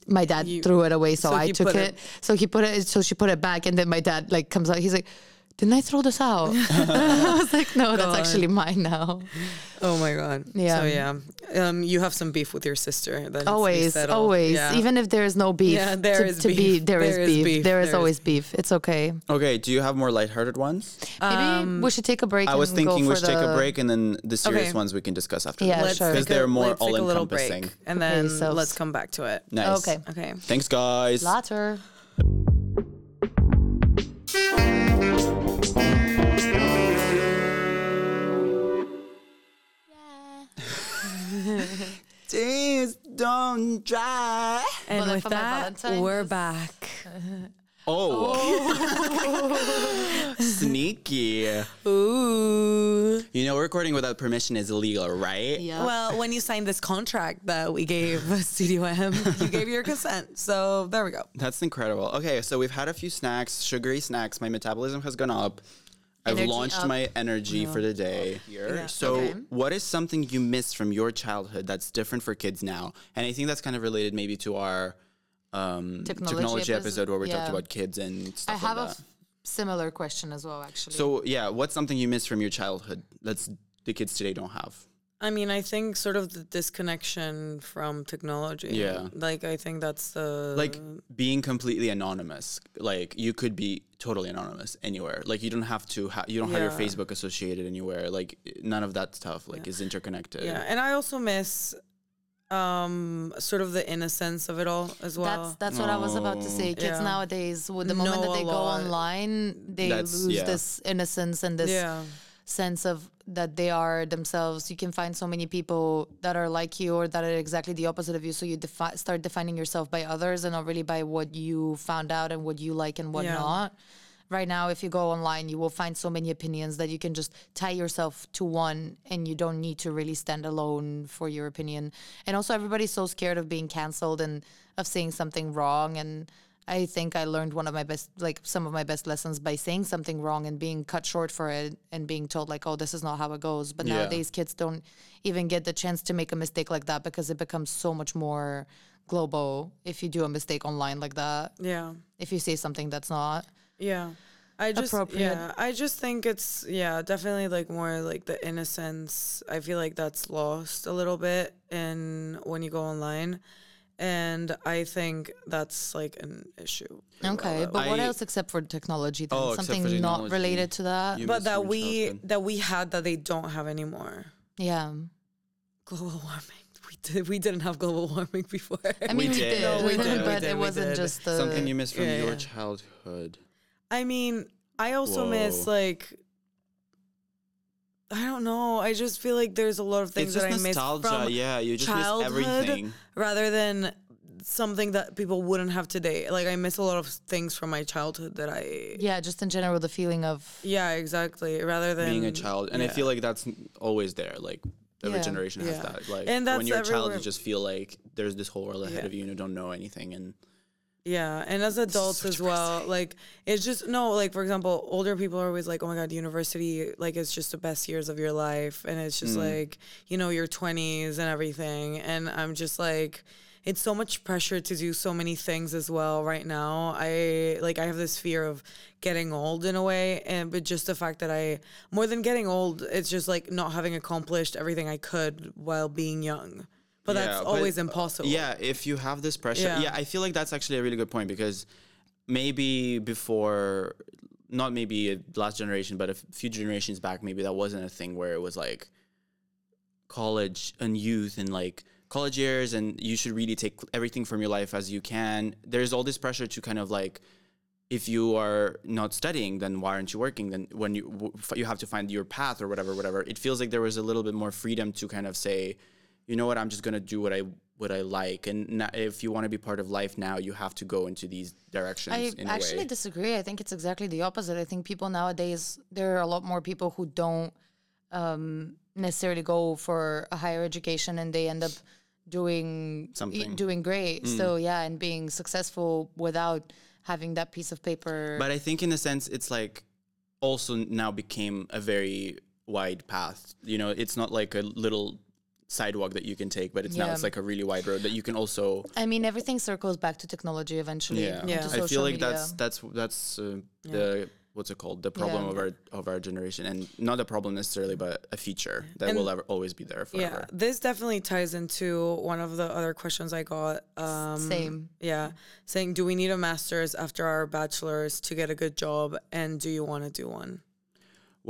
Speaker 3: my dad threw it away, so,
Speaker 1: so
Speaker 3: I
Speaker 1: he
Speaker 3: took
Speaker 1: put
Speaker 3: it.
Speaker 1: it-
Speaker 3: So he put it, so she put it back, and then my dad like comes out. He's like. Didn't I throw this out? I was like, no, that's
Speaker 1: God.
Speaker 3: actually mine now.
Speaker 1: Oh my god.
Speaker 3: Yeah.
Speaker 1: So yeah, um, you have some beef with your sister. That needs to be
Speaker 3: Always,
Speaker 1: settled.
Speaker 3: always.
Speaker 1: Yeah.
Speaker 3: Even if there is no beef,
Speaker 1: Yeah, there
Speaker 3: to,
Speaker 1: is
Speaker 3: to be
Speaker 1: beef.
Speaker 3: there is, beef. There is
Speaker 1: There is
Speaker 3: always beef. It's okay.
Speaker 2: Okay, do you have more lighthearted ones?
Speaker 3: Maybe we should take a break.
Speaker 2: I was
Speaker 3: and go
Speaker 2: thinking
Speaker 3: for
Speaker 2: we should take
Speaker 3: the-
Speaker 2: a break and then the serious
Speaker 1: Okay.
Speaker 2: ones we can discuss after.
Speaker 3: Yeah,
Speaker 1: let's
Speaker 3: sure.
Speaker 1: take
Speaker 2: Because
Speaker 1: a-
Speaker 2: they're more
Speaker 1: let's take
Speaker 2: all
Speaker 1: a little break,
Speaker 2: encompassing.
Speaker 1: and then
Speaker 3: so-
Speaker 1: let's come back to it.
Speaker 2: Nice.
Speaker 3: Okay.
Speaker 1: Okay.
Speaker 2: Thanks, guys.
Speaker 3: Later.
Speaker 2: Please don't dry.
Speaker 1: And
Speaker 3: Well,
Speaker 1: with
Speaker 3: for my
Speaker 1: that,
Speaker 3: Valentine's-
Speaker 1: we're back.
Speaker 2: Oh.
Speaker 3: Oh.
Speaker 2: Sneaky.
Speaker 1: Ooh.
Speaker 2: You know, recording without permission is illegal, right?
Speaker 3: Yeah.
Speaker 1: Well, when you signed this contract that we gave Studio M, you gave your consent. So there we go.
Speaker 2: That's incredible. Okay, so we've had a few snacks, sugary snacks. My metabolism has gone up. I've
Speaker 3: Energy
Speaker 2: launched
Speaker 3: up.
Speaker 2: my energy for the day here. So,
Speaker 3: Okay.
Speaker 2: what is something you miss from your childhood that's different for kids now? And I think that's kind of related maybe to our um,
Speaker 3: Technology
Speaker 2: technology,
Speaker 3: epis-
Speaker 2: episode, where we
Speaker 3: yeah.
Speaker 2: talked about kids and
Speaker 3: I
Speaker 2: stuff
Speaker 3: have a
Speaker 2: like
Speaker 3: f-
Speaker 2: that.
Speaker 3: similar question as well, actually.
Speaker 2: so, yeah, what's something you miss from your childhood that's the kids today don't have?
Speaker 1: I mean, I think sort of the disconnection from technology.
Speaker 2: Yeah.
Speaker 1: Like, I think that's the.
Speaker 2: Like being completely anonymous. Like you could be totally anonymous anywhere. Like you don't have to ha- you don't have your
Speaker 1: Yeah.
Speaker 2: Facebook associated anywhere. Like none of that stuff like is interconnected.
Speaker 1: Yeah. And I also miss um sort of the innocence of it all as well.
Speaker 3: that's that's what I was about to say. Kids
Speaker 1: Yeah.
Speaker 3: nowadays, with the moment
Speaker 1: Know a
Speaker 3: that they go
Speaker 1: lot.
Speaker 3: online, they
Speaker 2: That's-
Speaker 3: lose
Speaker 2: yeah.
Speaker 3: this innocence and this
Speaker 1: yeah.
Speaker 3: sense of that they are themselves. You can find so many people that are like you or that are exactly the opposite of you. So you defi- start defining yourself by others and not really by what you found out and what you like and what
Speaker 1: Yeah.
Speaker 3: not. Right now, if you go online, you will find so many opinions that you can just tie yourself to one and you don't need to really stand alone for your opinion. And also, everybody's so scared of being canceled and of saying something wrong. And I think I learned one of my best, like some of my best lessons by saying something wrong and being cut short for it and being told, like, oh, this is not how it goes. But
Speaker 2: Yeah.
Speaker 3: nowadays, kids don't even get the chance to make a mistake like that because it becomes so much more global if you do a mistake online like that,
Speaker 1: Yeah.
Speaker 3: if you say something that's not.
Speaker 1: Yeah. I just
Speaker 3: Appropriate.
Speaker 1: yeah, I just think it's yeah, definitely like more like the innocence. I feel like that's lost a little bit in when you go online. And I think that's like an issue.
Speaker 3: Okay, but what
Speaker 2: I-
Speaker 3: else except for technology? Then
Speaker 2: Oh, except for
Speaker 3: something not
Speaker 2: technology.
Speaker 3: related to that.
Speaker 2: You
Speaker 1: But
Speaker 2: miss
Speaker 1: that
Speaker 2: from
Speaker 1: we
Speaker 2: childhood.
Speaker 1: that we had that they don't have anymore.
Speaker 3: yeah,
Speaker 1: Global warming. We did we didn't have global warming before.
Speaker 3: I mean
Speaker 2: did.
Speaker 3: we, did,
Speaker 2: No,
Speaker 1: we did, we
Speaker 3: but
Speaker 1: did,
Speaker 3: it
Speaker 1: we
Speaker 3: wasn't
Speaker 1: did.
Speaker 3: just the
Speaker 2: something you miss from
Speaker 1: yeah,
Speaker 2: your
Speaker 1: yeah.
Speaker 2: childhood.
Speaker 1: I mean, I also miss
Speaker 2: Whoa.
Speaker 1: like I don't know. I just feel like there's a lot of things
Speaker 2: it's just
Speaker 1: that I miss
Speaker 2: nostalgia.
Speaker 1: from
Speaker 2: yeah, you just miss everything.
Speaker 1: rather than something that people wouldn't have today. Like I miss a lot of things from my childhood that I
Speaker 3: yeah, just in general the feeling of
Speaker 1: yeah, exactly. Rather than
Speaker 2: Being a child, and I
Speaker 1: yeah.
Speaker 2: feel like that's n- always there. Like every
Speaker 3: Yeah.
Speaker 2: generation has
Speaker 1: Yeah.
Speaker 2: that. Like
Speaker 1: And
Speaker 2: when
Speaker 1: that's
Speaker 2: you're a child,
Speaker 1: everywhere.
Speaker 2: you just feel like there's this whole world ahead
Speaker 1: Yeah.
Speaker 2: of you and you don't know anything. And
Speaker 1: Yeah, and as adults as well, like it's just no, like for example, older people are always like, "Oh my god, university, like it's just the best years of your life," and it's just
Speaker 2: Mm.
Speaker 1: like you know your twenties and everything. And I'm just like, it's so much pressure to do so many things as well right now. I like I have this fear of getting old in a way, and but just the fact that I more than getting old, it's just like not having accomplished everything I could while being young. But that's
Speaker 2: Yeah, but,
Speaker 1: always
Speaker 2: uh,
Speaker 1: impossible.
Speaker 2: Yeah, if you have this pressure.
Speaker 1: Yeah.
Speaker 2: Yeah. I feel like that's actually a really good point because maybe before, not maybe a last generation, but a f- few generations back, maybe that wasn't a thing where it was like college and youth and like college years and you should really take everything from your life as you can. There's all this pressure to kind of like, if you are not studying, then why aren't you working? Then when you w- f- you have to find your path or whatever, whatever. It feels like there was a little bit more freedom to kind of say, you know what, I'm just gonna do what I what I like. And na if you want to be part of life now, you have to go into these directions.
Speaker 3: I
Speaker 2: in a way.
Speaker 3: actually disagree. I think it's exactly the opposite. I think people nowadays there are a lot more people who don't um, necessarily go for a higher education and they end up doing
Speaker 2: Something. Mm.
Speaker 3: doing great. So yeah, and being successful without having that piece of paper.
Speaker 2: But I think in a sense, it's like also now became a very wide path. You know, it's not like a little sidewalk that you can take, but it's now
Speaker 3: Yeah.
Speaker 2: it's like a really wide road that you can also.
Speaker 3: I mean, everything circles back to technology eventually.
Speaker 2: Yeah,
Speaker 3: and to
Speaker 2: I
Speaker 3: social
Speaker 2: feel like
Speaker 3: media.
Speaker 2: that's that's that's uh, the what's it called the problem
Speaker 3: Yeah.
Speaker 2: of our of our generation, and not a problem necessarily, but a feature that will ever always be there
Speaker 1: Yeah,
Speaker 2: forever.
Speaker 1: this definitely ties into one of the other questions I got. Um,
Speaker 3: Same.
Speaker 1: Yeah, saying, do we need a master's after our bachelor's to get a good job? And do you want to do one?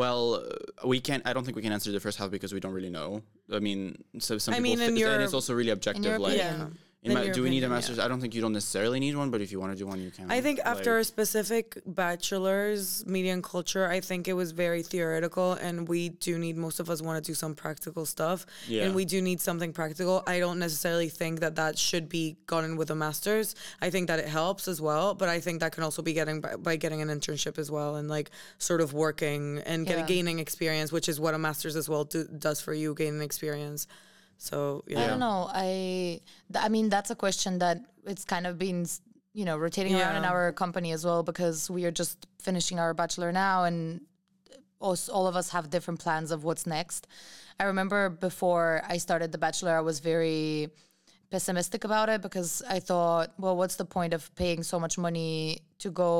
Speaker 2: Well, uh, we can't. I don't think we can answer the first half because we don't really know. I mean, so some people
Speaker 1: mean, in
Speaker 2: thi-
Speaker 1: your-
Speaker 2: and it's also really objective.
Speaker 3: your
Speaker 2: like,
Speaker 1: opinion.
Speaker 2: in
Speaker 1: In
Speaker 2: my,
Speaker 1: your
Speaker 2: do we need a
Speaker 1: opinion, yeah.
Speaker 2: master's? I don't think you don't necessarily need one, but if you want to do one, you can.
Speaker 1: I think after
Speaker 2: Like,
Speaker 1: a specific bachelor's, media and culture, I think it was very theoretical, and we do need most of us want to do some practical stuff,
Speaker 2: Yeah.
Speaker 1: and we do need something practical. I don't necessarily think that that should be gotten with a master's. I think that it helps as well, but I think that can also be getting by, by getting an internship as well, and like sort of working and get,
Speaker 3: Yeah.
Speaker 1: gaining experience, which is what a master's as well do, does for you, gaining experience. So yeah,
Speaker 3: I don't know. I th- I mean that's a question that it's kind of been you know rotating around in
Speaker 1: Yeah.
Speaker 3: our company as well because we are just finishing our bachelor now and uh, us, all of us have different plans of what's next. I remember before I started the bachelor I was very pessimistic about it because I thought, well, what's the point of paying so much money to go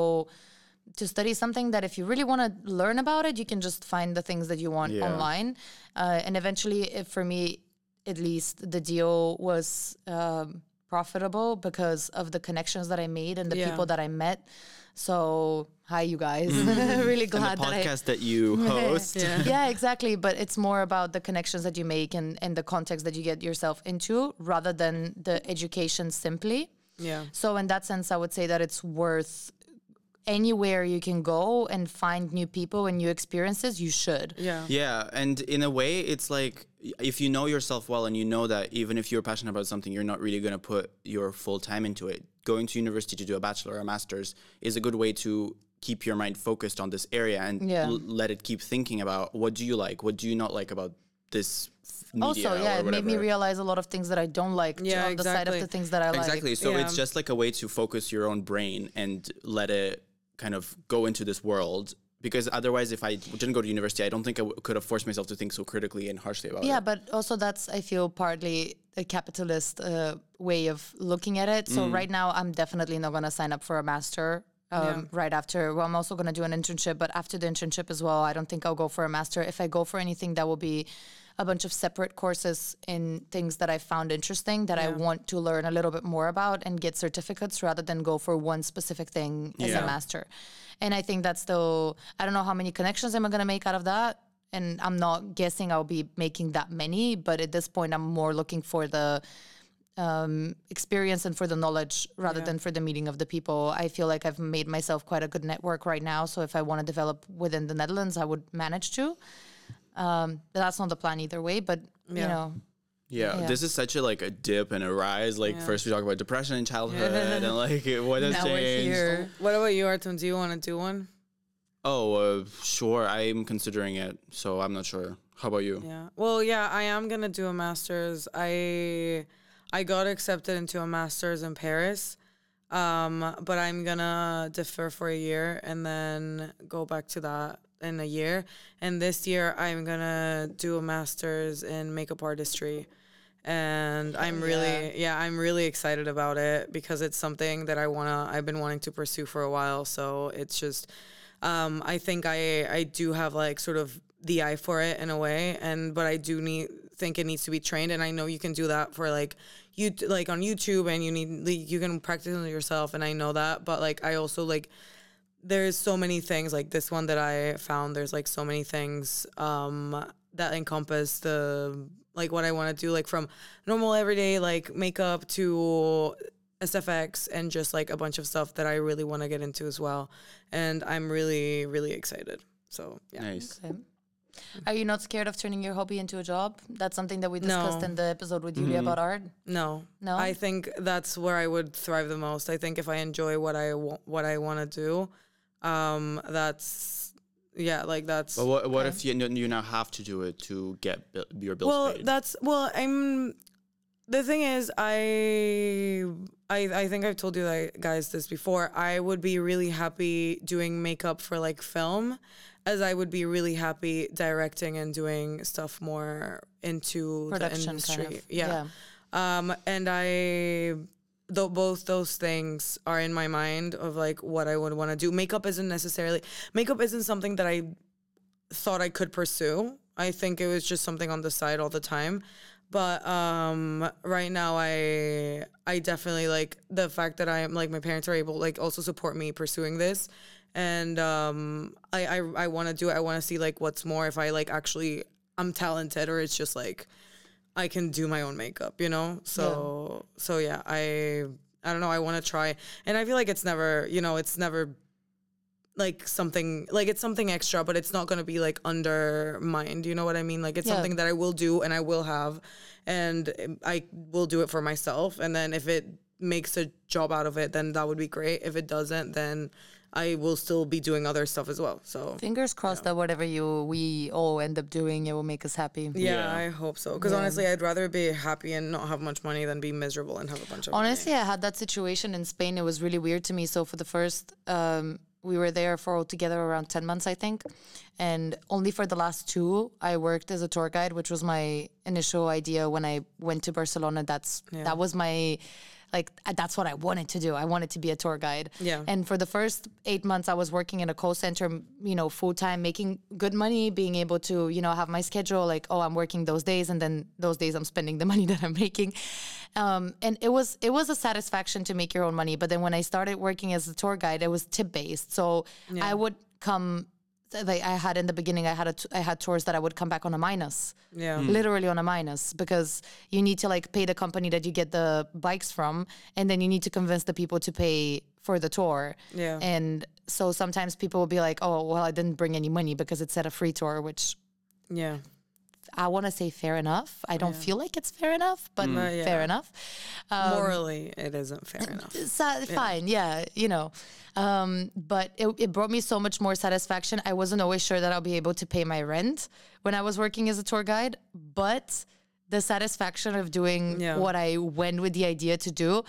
Speaker 3: to study something that if you really want to learn about it, you can just find the things that you want
Speaker 2: Yeah.
Speaker 3: online. Uh, and eventually, it, for me, at least, the deal was um, profitable because of the connections that I made and the
Speaker 1: Yeah.
Speaker 3: people that I met. So, hi, you guys. really glad
Speaker 2: Mm-hmm. the
Speaker 3: that I
Speaker 2: podcast that you host.
Speaker 3: yeah. exactly. But it's more about the connections that you make and, and the context that you get yourself into rather than the education simply.
Speaker 1: yeah.
Speaker 3: So, in that sense, I would say that it's worth anywhere you can go and find new people and new experiences, you should.
Speaker 1: Yeah.
Speaker 2: Yeah, and in a way, it's like y- if you know yourself well and you know that even if you're passionate about something, you're not really going to put your full time into it. Going to university to do a bachelor or a master's is a good way to keep your mind focused on this area and
Speaker 3: Yeah.
Speaker 2: l- let it keep thinking about what do you like, what do you not like about this f- media
Speaker 3: Also, yeah,
Speaker 2: or
Speaker 3: it made me
Speaker 2: whatever.
Speaker 3: realize a lot of things that I don't like
Speaker 1: Yeah,
Speaker 3: on the side of
Speaker 1: exactly.
Speaker 3: the things that I like.
Speaker 2: Exactly. So it's
Speaker 1: Yeah.
Speaker 2: just like a way to focus your own brain and let it kind of go into this world. Because otherwise, if I didn't go to university, I don't think I w- could have forced myself to think so critically and harshly about
Speaker 3: Yeah,
Speaker 2: it.
Speaker 3: but also that's I feel partly a capitalist uh, way of looking at it.
Speaker 2: Mm.
Speaker 3: So right now, I'm definitely not gonna sign up for a master. Um, Right after, well, I'm also gonna do an internship, but after the internship as well, I don't think I'll go for a master. If I go for anything, that will be a bunch of separate courses in things that I found interesting that I want to learn a little bit more about and get certificates rather than go for one specific thing as
Speaker 2: Yeah.
Speaker 3: a master. And I think that's still, I don't know how many connections am I going to make out of that. And I'm not guessing I'll be making that many, but at this point, I'm more looking for the um, experience and for the knowledge rather than for the meeting of the people. I feel like I've made myself quite a good network right now. So if I want to develop within the Netherlands, I would manage to. Um, but that's not the plan either way, but you know,
Speaker 2: Yeah,
Speaker 3: Yeah.
Speaker 2: this is such a like a dip and a rise. Like first we talk about depression in childhood and like what has
Speaker 3: now
Speaker 2: changed.
Speaker 3: we're here.
Speaker 1: What about you, Artem? Do you want to do one?
Speaker 2: Oh, uh, sure. I'm considering it, so I'm not sure. How about you?
Speaker 1: Yeah. Well, yeah, I am gonna do a master's. I I got accepted into a master's in Paris. Um, but I'm gonna defer for a year and then go back to that in a year. And this year I'm gonna do a master's in makeup artistry. And I'm really yeah, I'm really excited about it because it's something that I wanna I've been wanting to pursue for a while. So it's just um, I think I I do have like sort of the eye for it in a way, and but I do need think it needs to be trained, and I know you can do that for like you like on YouTube, and you need like, you can practice it yourself, and I know that, but like I also like there's so many things like this one that I found. There's like so many things um, that encompass the like what I want to do, like from normal everyday like makeup to SFX and just like a bunch of stuff that I really want to get into as well. And I'm really really excited. So yeah.
Speaker 2: Nice.
Speaker 3: Okay. Are you not scared of turning your hobby into a job? That's something that we discussed
Speaker 1: No. Mm-hmm.
Speaker 3: in the episode with Julia about art.
Speaker 1: No,
Speaker 3: No?
Speaker 1: I think that's where I would thrive the most. I think if I enjoy what I wa- what I want to do, um, that's yeah, like that's
Speaker 2: But what, what if you, you now have to do it to get bill, your bills
Speaker 1: well,
Speaker 2: paid?
Speaker 1: that's well. I'm the thing is, I I I think I've told you like, guys this before. I would be really happy doing makeup for like film, as I would be really happy directing and doing stuff more into
Speaker 3: Production,
Speaker 1: the
Speaker 3: kind
Speaker 1: industry.
Speaker 3: of.
Speaker 1: yeah. Um, and I, though both those things are in my mind of like what I would want to do. Makeup isn't necessarily makeup isn't something that I thought I could pursue. I think it was just something on the side all the time. But um, right now, I I definitely like the fact that I am like my parents are able like also support me pursuing this, and um, I I, I want to do it. I want to see like what's more if I like actually I'm talented or it's just like I can do my own makeup, you know? So so yeah, I I don't know, I want to try. And I feel like it's never, you know, it's never like something like it's something extra, but it's not going to be like undermined, you know what I mean? Like it's
Speaker 3: Yeah.
Speaker 1: something that I will do and I will have and um, I will do it for myself and then if it makes a job out of it, then that would be great. If it doesn't, then I will still be doing other stuff as well. So
Speaker 3: Fingers crossed that whatever you we all end up doing, it will make us happy.
Speaker 1: yeah, I
Speaker 2: Yeah.
Speaker 1: hope so. Because honestly, I'd rather be happy and not have much money than be miserable and have a bunch of money.
Speaker 3: Honestly, I had that situation in Spain. It was really weird to me. So for the first, um, we were there for altogether around ten months, I think, and only for the last two, I worked as a tour guide, which was my initial idea when I went to Barcelona. That's that was my. Like uh, that's what I wanted to do. I wanted to be a tour guide.
Speaker 1: Yeah.
Speaker 3: And for the first eight months, I was working in a call center, m- you know, full time, making good money, being able to, you know, have my schedule. Like, oh, I'm working those days, and then those days I'm spending the money that I'm making um, and it was it was a satisfaction to make your own money. But then when I started working as a tour guide, it was tip based, so I would come. Like I had in the beginning, I had a t- I had tours that I would come back on a minus,
Speaker 1: Yeah.
Speaker 3: literally on a minus, because you need to like pay the company that you get the bikes from, and then you need to convince the people to pay for the tour.
Speaker 1: Yeah.
Speaker 3: and so sometimes people will be like, "Oh, well, I didn't bring any money because it said a free tour," which
Speaker 1: Yeah.
Speaker 3: I want to say fair enough. I don't feel like it's fair enough, but
Speaker 1: Mm. yeah.
Speaker 3: fair enough. Um,
Speaker 1: Morally, it isn't fair enough.
Speaker 3: sa- fine, yeah, you know. Um, but it, it brought me so much more satisfaction. I wasn't always sure that I'll be able to pay my rent when I was working as a tour guide, but the satisfaction of doing
Speaker 1: Yeah.
Speaker 3: what I went with the idea to do.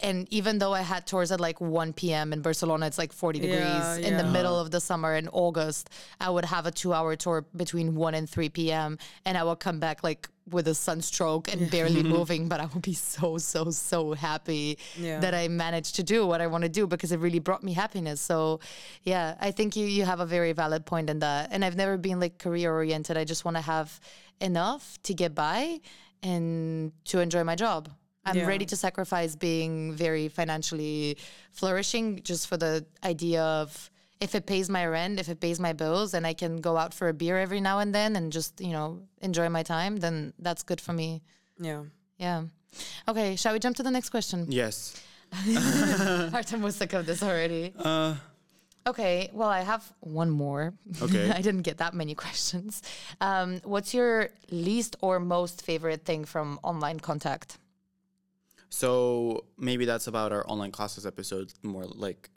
Speaker 3: And even though I had tours at like 1 p.m. in Barcelona, it's like 40 degrees
Speaker 1: Yeah,
Speaker 3: in the
Speaker 1: yeah.
Speaker 3: middle of the summer in August, I would have a two hour tour between 1 and 3 p.m. And I would come back like with a sunstroke and barely moving, but I would be so, so, so happy
Speaker 1: Yeah.
Speaker 3: that I managed to do what I want to do because it really brought me happiness. So, yeah, I think you you have a very valid point in that. And I've never been like career oriented. I just want to have enough to get by and to enjoy my job. I'm
Speaker 1: Yeah.
Speaker 3: ready to sacrifice being very financially flourishing just for the idea of if it pays my rent, if it pays my bills, and I can go out for a beer every now and then and just, you know, enjoy my time, then that's good for me.
Speaker 1: Yeah.
Speaker 3: Yeah. Okay, shall we jump to the next question?
Speaker 2: yes.
Speaker 3: Artem was sick of this already. Uh,
Speaker 2: Uh,
Speaker 3: okay, well, I have one more.
Speaker 2: Okay.
Speaker 3: I didn't get that many questions. Um, what's your least or most favorite thing from online contact?
Speaker 2: So maybe that's about our online classes episode more like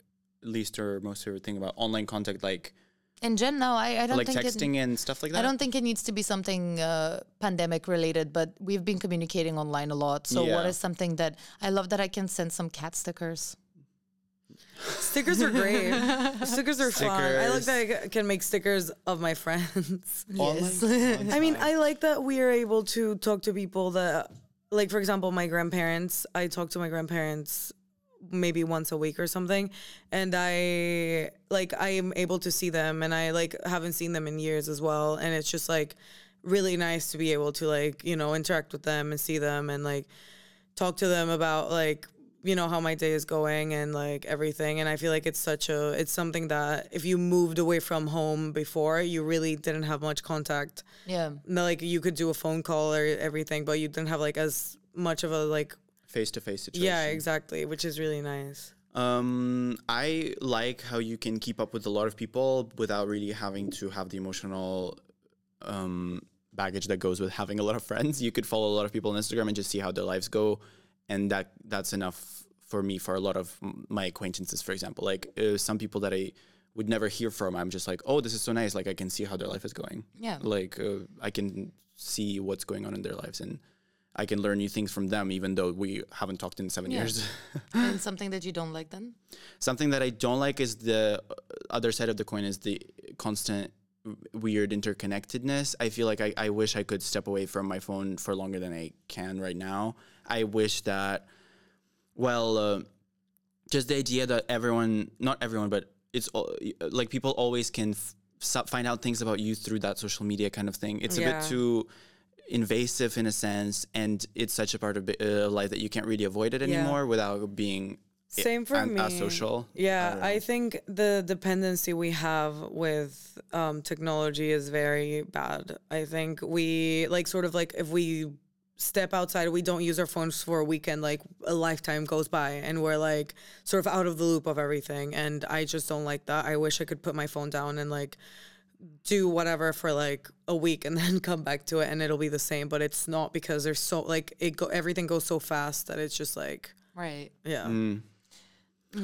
Speaker 2: least or most favorite thing about online contact like
Speaker 3: And Jen, no, I, I don't
Speaker 2: like
Speaker 3: think It,
Speaker 2: texting and stuff like that.
Speaker 3: I don't think it needs to be something uh, pandemic related, but we've been communicating online a lot. So, what
Speaker 2: Yeah.
Speaker 3: is something that I love that I can send some cat stickers?
Speaker 1: Stickers are great. stickers are fun. I like
Speaker 2: Stickers.
Speaker 1: that I c- can make stickers of my friends.
Speaker 2: Yes.
Speaker 1: I mean, I like that we are able to talk to people that, like, for example, my grandparents. I talk to my grandparents maybe once a week or something, and I like I am able to see them, and I like haven't seen them in years as well, and it's just like really nice to be able to like you know interact with them and see them and like talk to them about like you know how my day is going and like everything and i feel like it's such a it's something that if you moved away from home before you really didn't have much contact
Speaker 3: Yeah.
Speaker 1: No, like you could do a phone call or everything but you didn't have like as much of a like
Speaker 2: Face to face situation.
Speaker 1: yeah exactly which is really nice
Speaker 2: Um, I like how you can keep up with a lot of people without really having to have the emotional um, baggage that goes with having a lot of friends. You could follow a lot of people on Instagram and just see how their lives go, and that that's enough for me for a lot of m- my acquaintances. For example, like uh, some people that I would never hear from, I'm just like, oh, this is so nice. Like I can see how their life is going.
Speaker 3: Yeah.
Speaker 2: Like uh, I can see what's going on in their lives and. I can learn new things from them, even though we haven't talked in seven
Speaker 3: Yeah.
Speaker 2: years.
Speaker 3: and something that you don't like then?
Speaker 2: Something that I don't like is the uh, other side of the coin is the constant w- weird interconnectedness. I feel like I, I wish I could step away from my phone for longer than I can right now. I wish that, well, uh, just the idea that everyone, not everyone, but it's al- like people always can f- so- find out things about you through that social media kind of thing. It's a
Speaker 1: Yeah.
Speaker 2: bit too invasive in a sense, and it's such a part of bi- uh, life that you can't really avoid it anymore without being i-
Speaker 1: same for
Speaker 2: an-
Speaker 1: me
Speaker 2: asocial.
Speaker 1: yeah I, think the dependency we have with um, technology is very bad i think we like sort of like if we step outside we don't use our phones for a weekend like a lifetime goes by and we're like sort of out of the loop of everything and i just don't like that i wish i could put my phone down and like do whatever for like a week and then come back to it and it'll be the same but it's not because there's so like it go everything goes so fast that it's just like
Speaker 3: Right.
Speaker 1: yeah.
Speaker 2: Mm.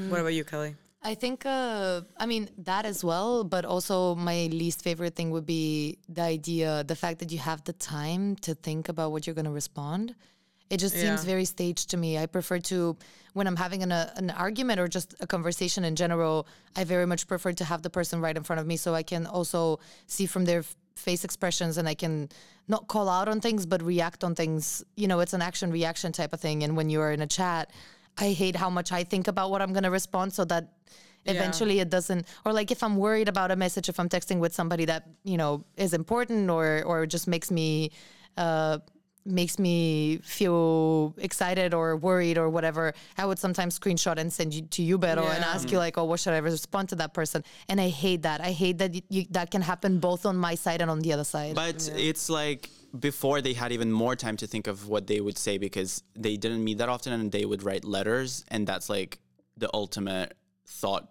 Speaker 1: What about you, Kelly?
Speaker 3: I think, uh, I mean, that as well, but also my least favorite thing would be the idea, the fact that you have the time to think about what you're going to respond. It just seems
Speaker 1: Yeah.
Speaker 3: very staged to me. I prefer to, when I'm having an, uh, an argument or just a conversation in general, I very much prefer to have the person right in front of me so I can also see from their f- face expressions and I can not call out on things, but react on things. You know, it's an action reaction type of thing. And when you are in a chat, I hate how much I think about what I'm going to respond so that eventually it doesn't or like if i'm worried about a message if i'm texting with somebody that you know is important or or just makes me uh makes me feel excited or worried or whatever i would sometimes screenshot and send you to you better and
Speaker 1: Yeah.
Speaker 3: ask you like oh what should i respond to that person and i hate that i hate that you, that can happen both on my side and on the other side
Speaker 2: But it's like before they had even more time to think of what they would say because they didn't meet that often and they would write letters and that's like the ultimate thought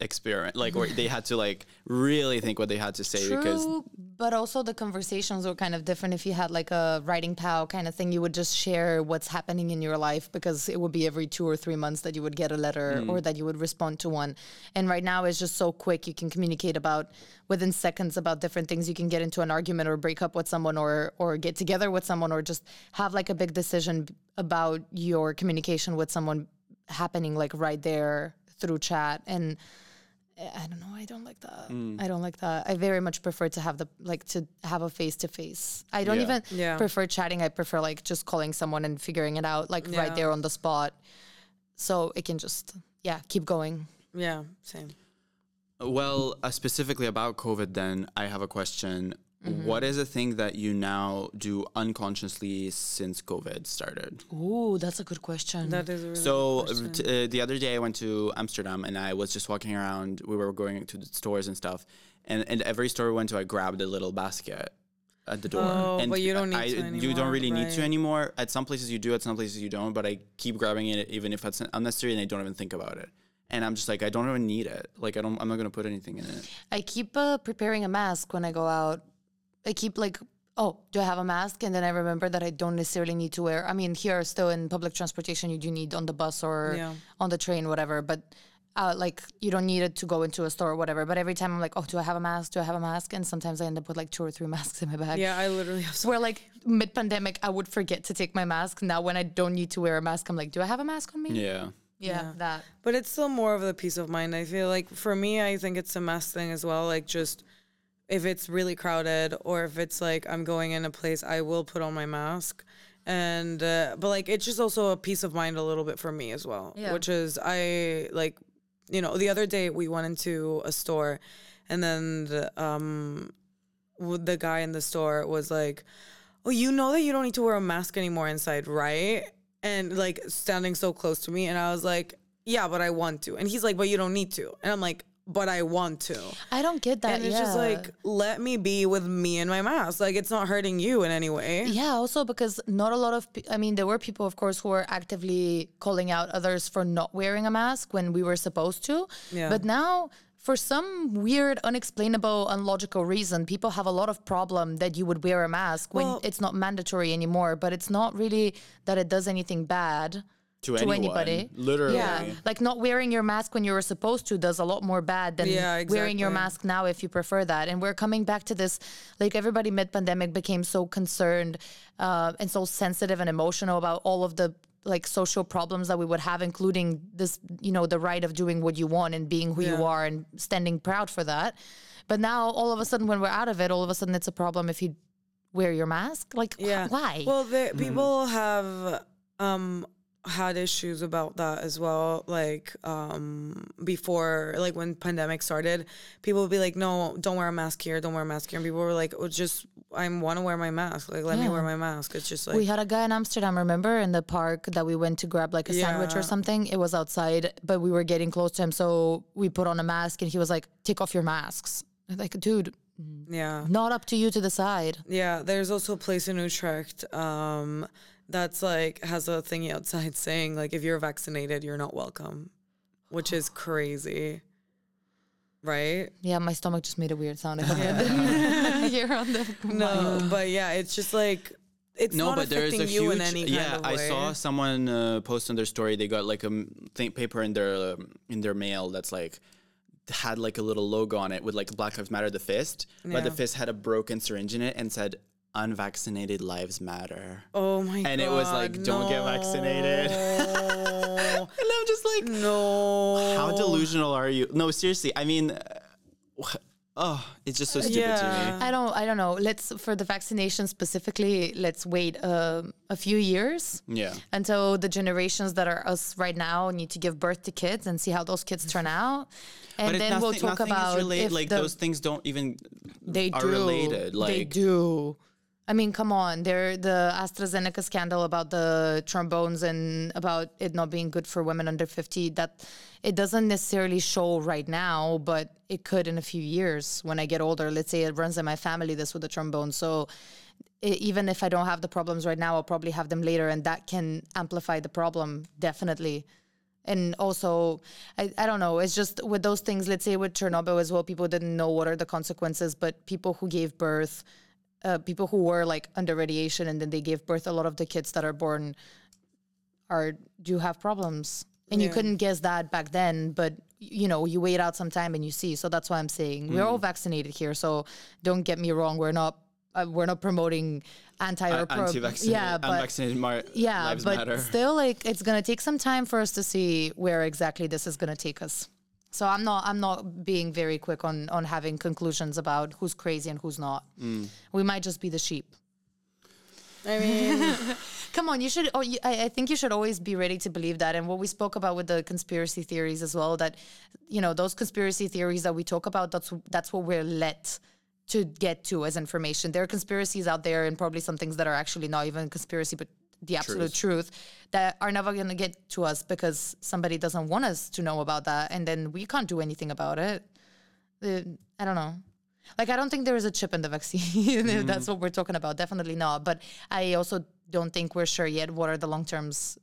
Speaker 2: experiment. Like where they had to like really think what they had to say because
Speaker 3: True, but also the conversations were kind of different. If you had like a writing pal kind of thing, you would just share what's happening in your life because it would be every two or three months that you would get a letter
Speaker 2: Mm.
Speaker 3: or that you would respond to one. And right now it's just so quick. You can communicate about within seconds about different things. You can get into an argument or break up with someone or or get together with someone or just have like a big decision about your communication with someone happening like right there through chat and I don't know. I don't like that. I don't like that. I very much prefer to have the like to have a face to face. I don't
Speaker 2: Yeah.
Speaker 3: even
Speaker 1: Yeah.
Speaker 3: prefer chatting. I prefer like just calling someone and figuring it out like
Speaker 1: Yeah.
Speaker 3: right there on the spot. So it can just yeah keep going.
Speaker 1: Yeah, same.
Speaker 2: Well, uh, specifically about COVID, then I have a question.
Speaker 1: Mm-hmm.
Speaker 2: What is a thing that you now do unconsciously since COVID started?
Speaker 3: Ooh, that's a good question.
Speaker 1: That is a really
Speaker 2: So uh, t- uh, the other day I went to Amsterdam and I was just walking around. We were going to the stores and stuff, and and every store we went to, I grabbed a little basket at the door.
Speaker 1: Oh,
Speaker 2: and
Speaker 1: but you don't need
Speaker 2: I,
Speaker 1: to
Speaker 2: You don't
Speaker 1: anymore,
Speaker 2: really need to
Speaker 1: right.
Speaker 2: anymore. At some places you do, at some places you don't. But I keep grabbing it even if it's unnecessary, and I don't even think about it. And I'm just like, I don't even need it. Like I don't. I'm not gonna put anything in it.
Speaker 3: I keep uh, preparing a mask when I go out. I keep like, oh, do I have a mask? And then I remember that I don't necessarily need to wear. I mean, here still in public transportation, you do need on the bus or
Speaker 1: Yeah.
Speaker 3: on the train, whatever. But uh, like, you don't need it to go into a store or whatever. But every time I'm like, oh, do I have a mask? Do I have a mask? And sometimes I end up with like two or three masks in my bag.
Speaker 1: yeah, I literally have so
Speaker 3: Where like mid pandemic, I would forget to take my mask. Now when I don't need to wear a mask, I'm like, do I have a mask on me?
Speaker 2: Yeah.
Speaker 3: yeah. that.
Speaker 1: but it's still more of the peace of mind. I feel like for me, I think it's a mess thing as well. Like just if it's really crowded or if it's like I'm going in a place, I will put on my mask. And uh, but like it's just also a peace of mind a little bit for me as well,
Speaker 3: Yeah.
Speaker 1: which is I like you know the other day we went into a store, and then the, um w- the guy in the store was like, "Oh, you know that you don't need to wear a mask anymore inside, right?" and like standing so close to me. And I was like, yeah, but I want to. And he's like, but you don't need to. And I'm like, but I want to.
Speaker 3: I don't get that.
Speaker 1: And it's just
Speaker 3: yeah.
Speaker 1: like, let me be with me and my mask. Like, it's not hurting you in any way.
Speaker 3: Yeah, also because not a lot of, pe- I mean, there were people, of course, who were actively calling out others for not wearing a mask when we were supposed to.
Speaker 1: Yeah.
Speaker 3: But now, for some weird, unexplainable, unlogical reason, people have a lot of problem that you would wear a mask when
Speaker 1: Well-
Speaker 3: it's not mandatory anymore. But it's not really that it does anything bad.
Speaker 2: to,
Speaker 3: to
Speaker 2: anybody.
Speaker 3: anybody.
Speaker 2: Literally.
Speaker 3: Yeah, like not wearing your mask when you were supposed to does a lot more bad than
Speaker 1: Yeah,
Speaker 3: wearing your
Speaker 1: exactly.
Speaker 3: mask now if you prefer that. And we're coming back to this, like everybody mid-pandemic became so concerned uh, and so sensitive and emotional about all of the like social problems that we would have, including this, you know, the right of doing what you want and being who you
Speaker 1: Yeah.
Speaker 3: are and standing proud for that. But now, all of a sudden, when we're out of it, all of a sudden, it's a problem if you wear your mask. Like, wh-
Speaker 1: Yeah.
Speaker 3: why?
Speaker 1: Well, the, people have um had issues about that as well. Like um before, like when pandemic started, people would be like, "No, don't wear a mask here. Don't wear a mask here." And people were like, oh, "Just I want to wear my mask. Like, let me
Speaker 3: Yeah.
Speaker 1: wear my mask." It's just like
Speaker 3: We had a guy in Amsterdam, remember, in the park that we went to grab like a sandwich or
Speaker 1: Yeah.
Speaker 3: something. It was outside, but we were getting close to him, so we put on a mask, and he was like, "Take off your masks." I'm Like, dude,
Speaker 1: yeah.
Speaker 3: not up to you to decide.
Speaker 1: Yeah, there's also a place in Utrecht um, that's like has a thingy outside saying like if you're vaccinated, you're not welcome, which is crazy, right?
Speaker 3: Yeah, my stomach just made a weird sound. I hope I didn't hear on the
Speaker 1: No, but yeah, it's just like it's
Speaker 2: No,
Speaker 1: not
Speaker 2: but there is
Speaker 1: affecting
Speaker 2: a
Speaker 1: you
Speaker 2: huge.
Speaker 1: in any
Speaker 2: yeah,
Speaker 1: kind of way.
Speaker 2: I saw someone uh, post on their story. They got like a m- thing, paper in their um, in their mail that's like had like a little logo on it with like Black Lives Matter the fist, but the
Speaker 1: Yeah.
Speaker 2: fist had a broken syringe in it and said "Unvaccinated lives matter."
Speaker 1: Oh my god!
Speaker 2: and it was like, "Don't get vaccinated."
Speaker 1: no.
Speaker 2: And I'm just like,
Speaker 1: no.
Speaker 2: how delusional are you? No, seriously. I mean, uh, wh- oh, it's just so stupid to me.
Speaker 1: Yeah.
Speaker 3: I don't. I don't know. Let's for the vaccination specifically. Let's wait um a few years.
Speaker 2: Yeah.
Speaker 3: Until the generations that are us right now need to give birth to kids and see how those kids turn out, and
Speaker 2: Mm-hmm. it-
Speaker 3: then we'll
Speaker 2: nothing-
Speaker 3: talk
Speaker 2: nothing is
Speaker 3: about
Speaker 2: relate-
Speaker 3: if
Speaker 2: like
Speaker 3: the-
Speaker 2: those things don't even
Speaker 3: they
Speaker 2: are
Speaker 3: do.
Speaker 2: related. Like
Speaker 3: they do. I mean, come on. There, the AstraZeneca scandal about the trombones and about it not being good for women under fifty. That it doesn't necessarily show right now, but it could in a few years when I get older. Let's say it runs in my family. This with the trombone. So i even if I don't have the problems right now, I'll probably have them later, and that can amplify the problem definitely and also I, I don't know it's just with those things let's say with chernobyl as well people didn't know what are the consequences but people who gave birth uh, people who were like under radiation and then they gave birth a lot of the kids that are born are do have problems and you
Speaker 1: Yeah.
Speaker 3: couldn't guess that back then but you know you wait out some time and you see so that's why i'm saying we're all vaccinated here so don't get me wrong we're not uh, we're not promoting anti or pro-
Speaker 2: anti-vaccinated,
Speaker 3: yeah but
Speaker 2: uh, unvaccinated mar-
Speaker 3: yeah,
Speaker 2: lives
Speaker 3: but
Speaker 2: matter.
Speaker 3: still, like it's gonna take some time for us to see where exactly this is gonna take us. So I'm not I'm not being very quick on on having conclusions about who's crazy and who's not.
Speaker 2: Mm.
Speaker 3: We might just be the sheep.
Speaker 1: I mean,
Speaker 3: Come on, you should. Oh, you, I, I think you should always be ready to believe that. And what we spoke about with the conspiracy theories as well, that you know those conspiracy theories that we talk about, that's that's what we're let to get to as information. There are conspiracies out there, and probably some things that are actually not even conspiracy, but the absolute truth, that are never going to get to us because somebody doesn't want us to know about that, and then we can't do anything about it. The- I don't know. Like, I don't think there is a chip in the vaccine.
Speaker 2: Mm-hmm.
Speaker 3: if That's what we're talking about. Definitely not. But I also don't think we're sure yet what are the long terms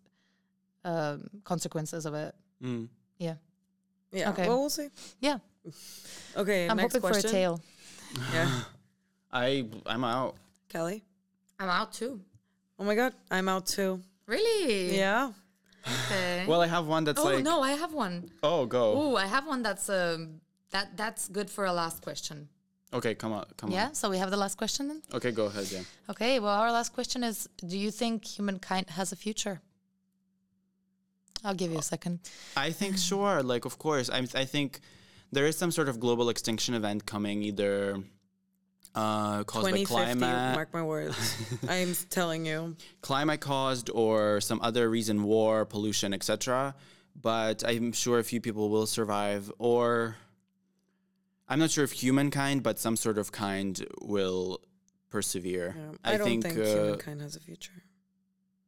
Speaker 3: um, consequences of it.
Speaker 2: Mm.
Speaker 3: Yeah.
Speaker 1: yeah.
Speaker 3: Okay.
Speaker 1: Well, we'll see.
Speaker 3: Yeah.
Speaker 1: Okay.
Speaker 3: I'm
Speaker 1: next
Speaker 3: hoping
Speaker 1: question.
Speaker 3: for a tail.
Speaker 1: Yeah,
Speaker 2: I I'm out.
Speaker 1: Kelly.
Speaker 3: I'm out too.
Speaker 1: Oh my god, I'm out too.
Speaker 3: Really?
Speaker 1: Yeah.
Speaker 3: Okay.
Speaker 2: Well, I have one that's
Speaker 3: oh,
Speaker 2: like
Speaker 3: no, I have one.
Speaker 2: oh go
Speaker 3: Oh, I have one that's um, that that's good for a last question.
Speaker 2: okay come on come
Speaker 3: Yeah, so we have the last question then?
Speaker 2: on okay go ahead yeah
Speaker 3: Okay, well, our last question is Do you think humankind has a future? I'll give you a second.
Speaker 2: I think sure like of course I I think there is some sort of global extinction event coming either uh, caused by
Speaker 1: 2050.
Speaker 2: climate
Speaker 1: Mark my words. I'm telling you.
Speaker 2: climate caused or some other reason war pollution etc but i'm sure a few people will survive or i'm not sure if humankind but some sort of kind will persevere
Speaker 1: Yeah, I, don't think
Speaker 2: uh,
Speaker 1: humankind has a future.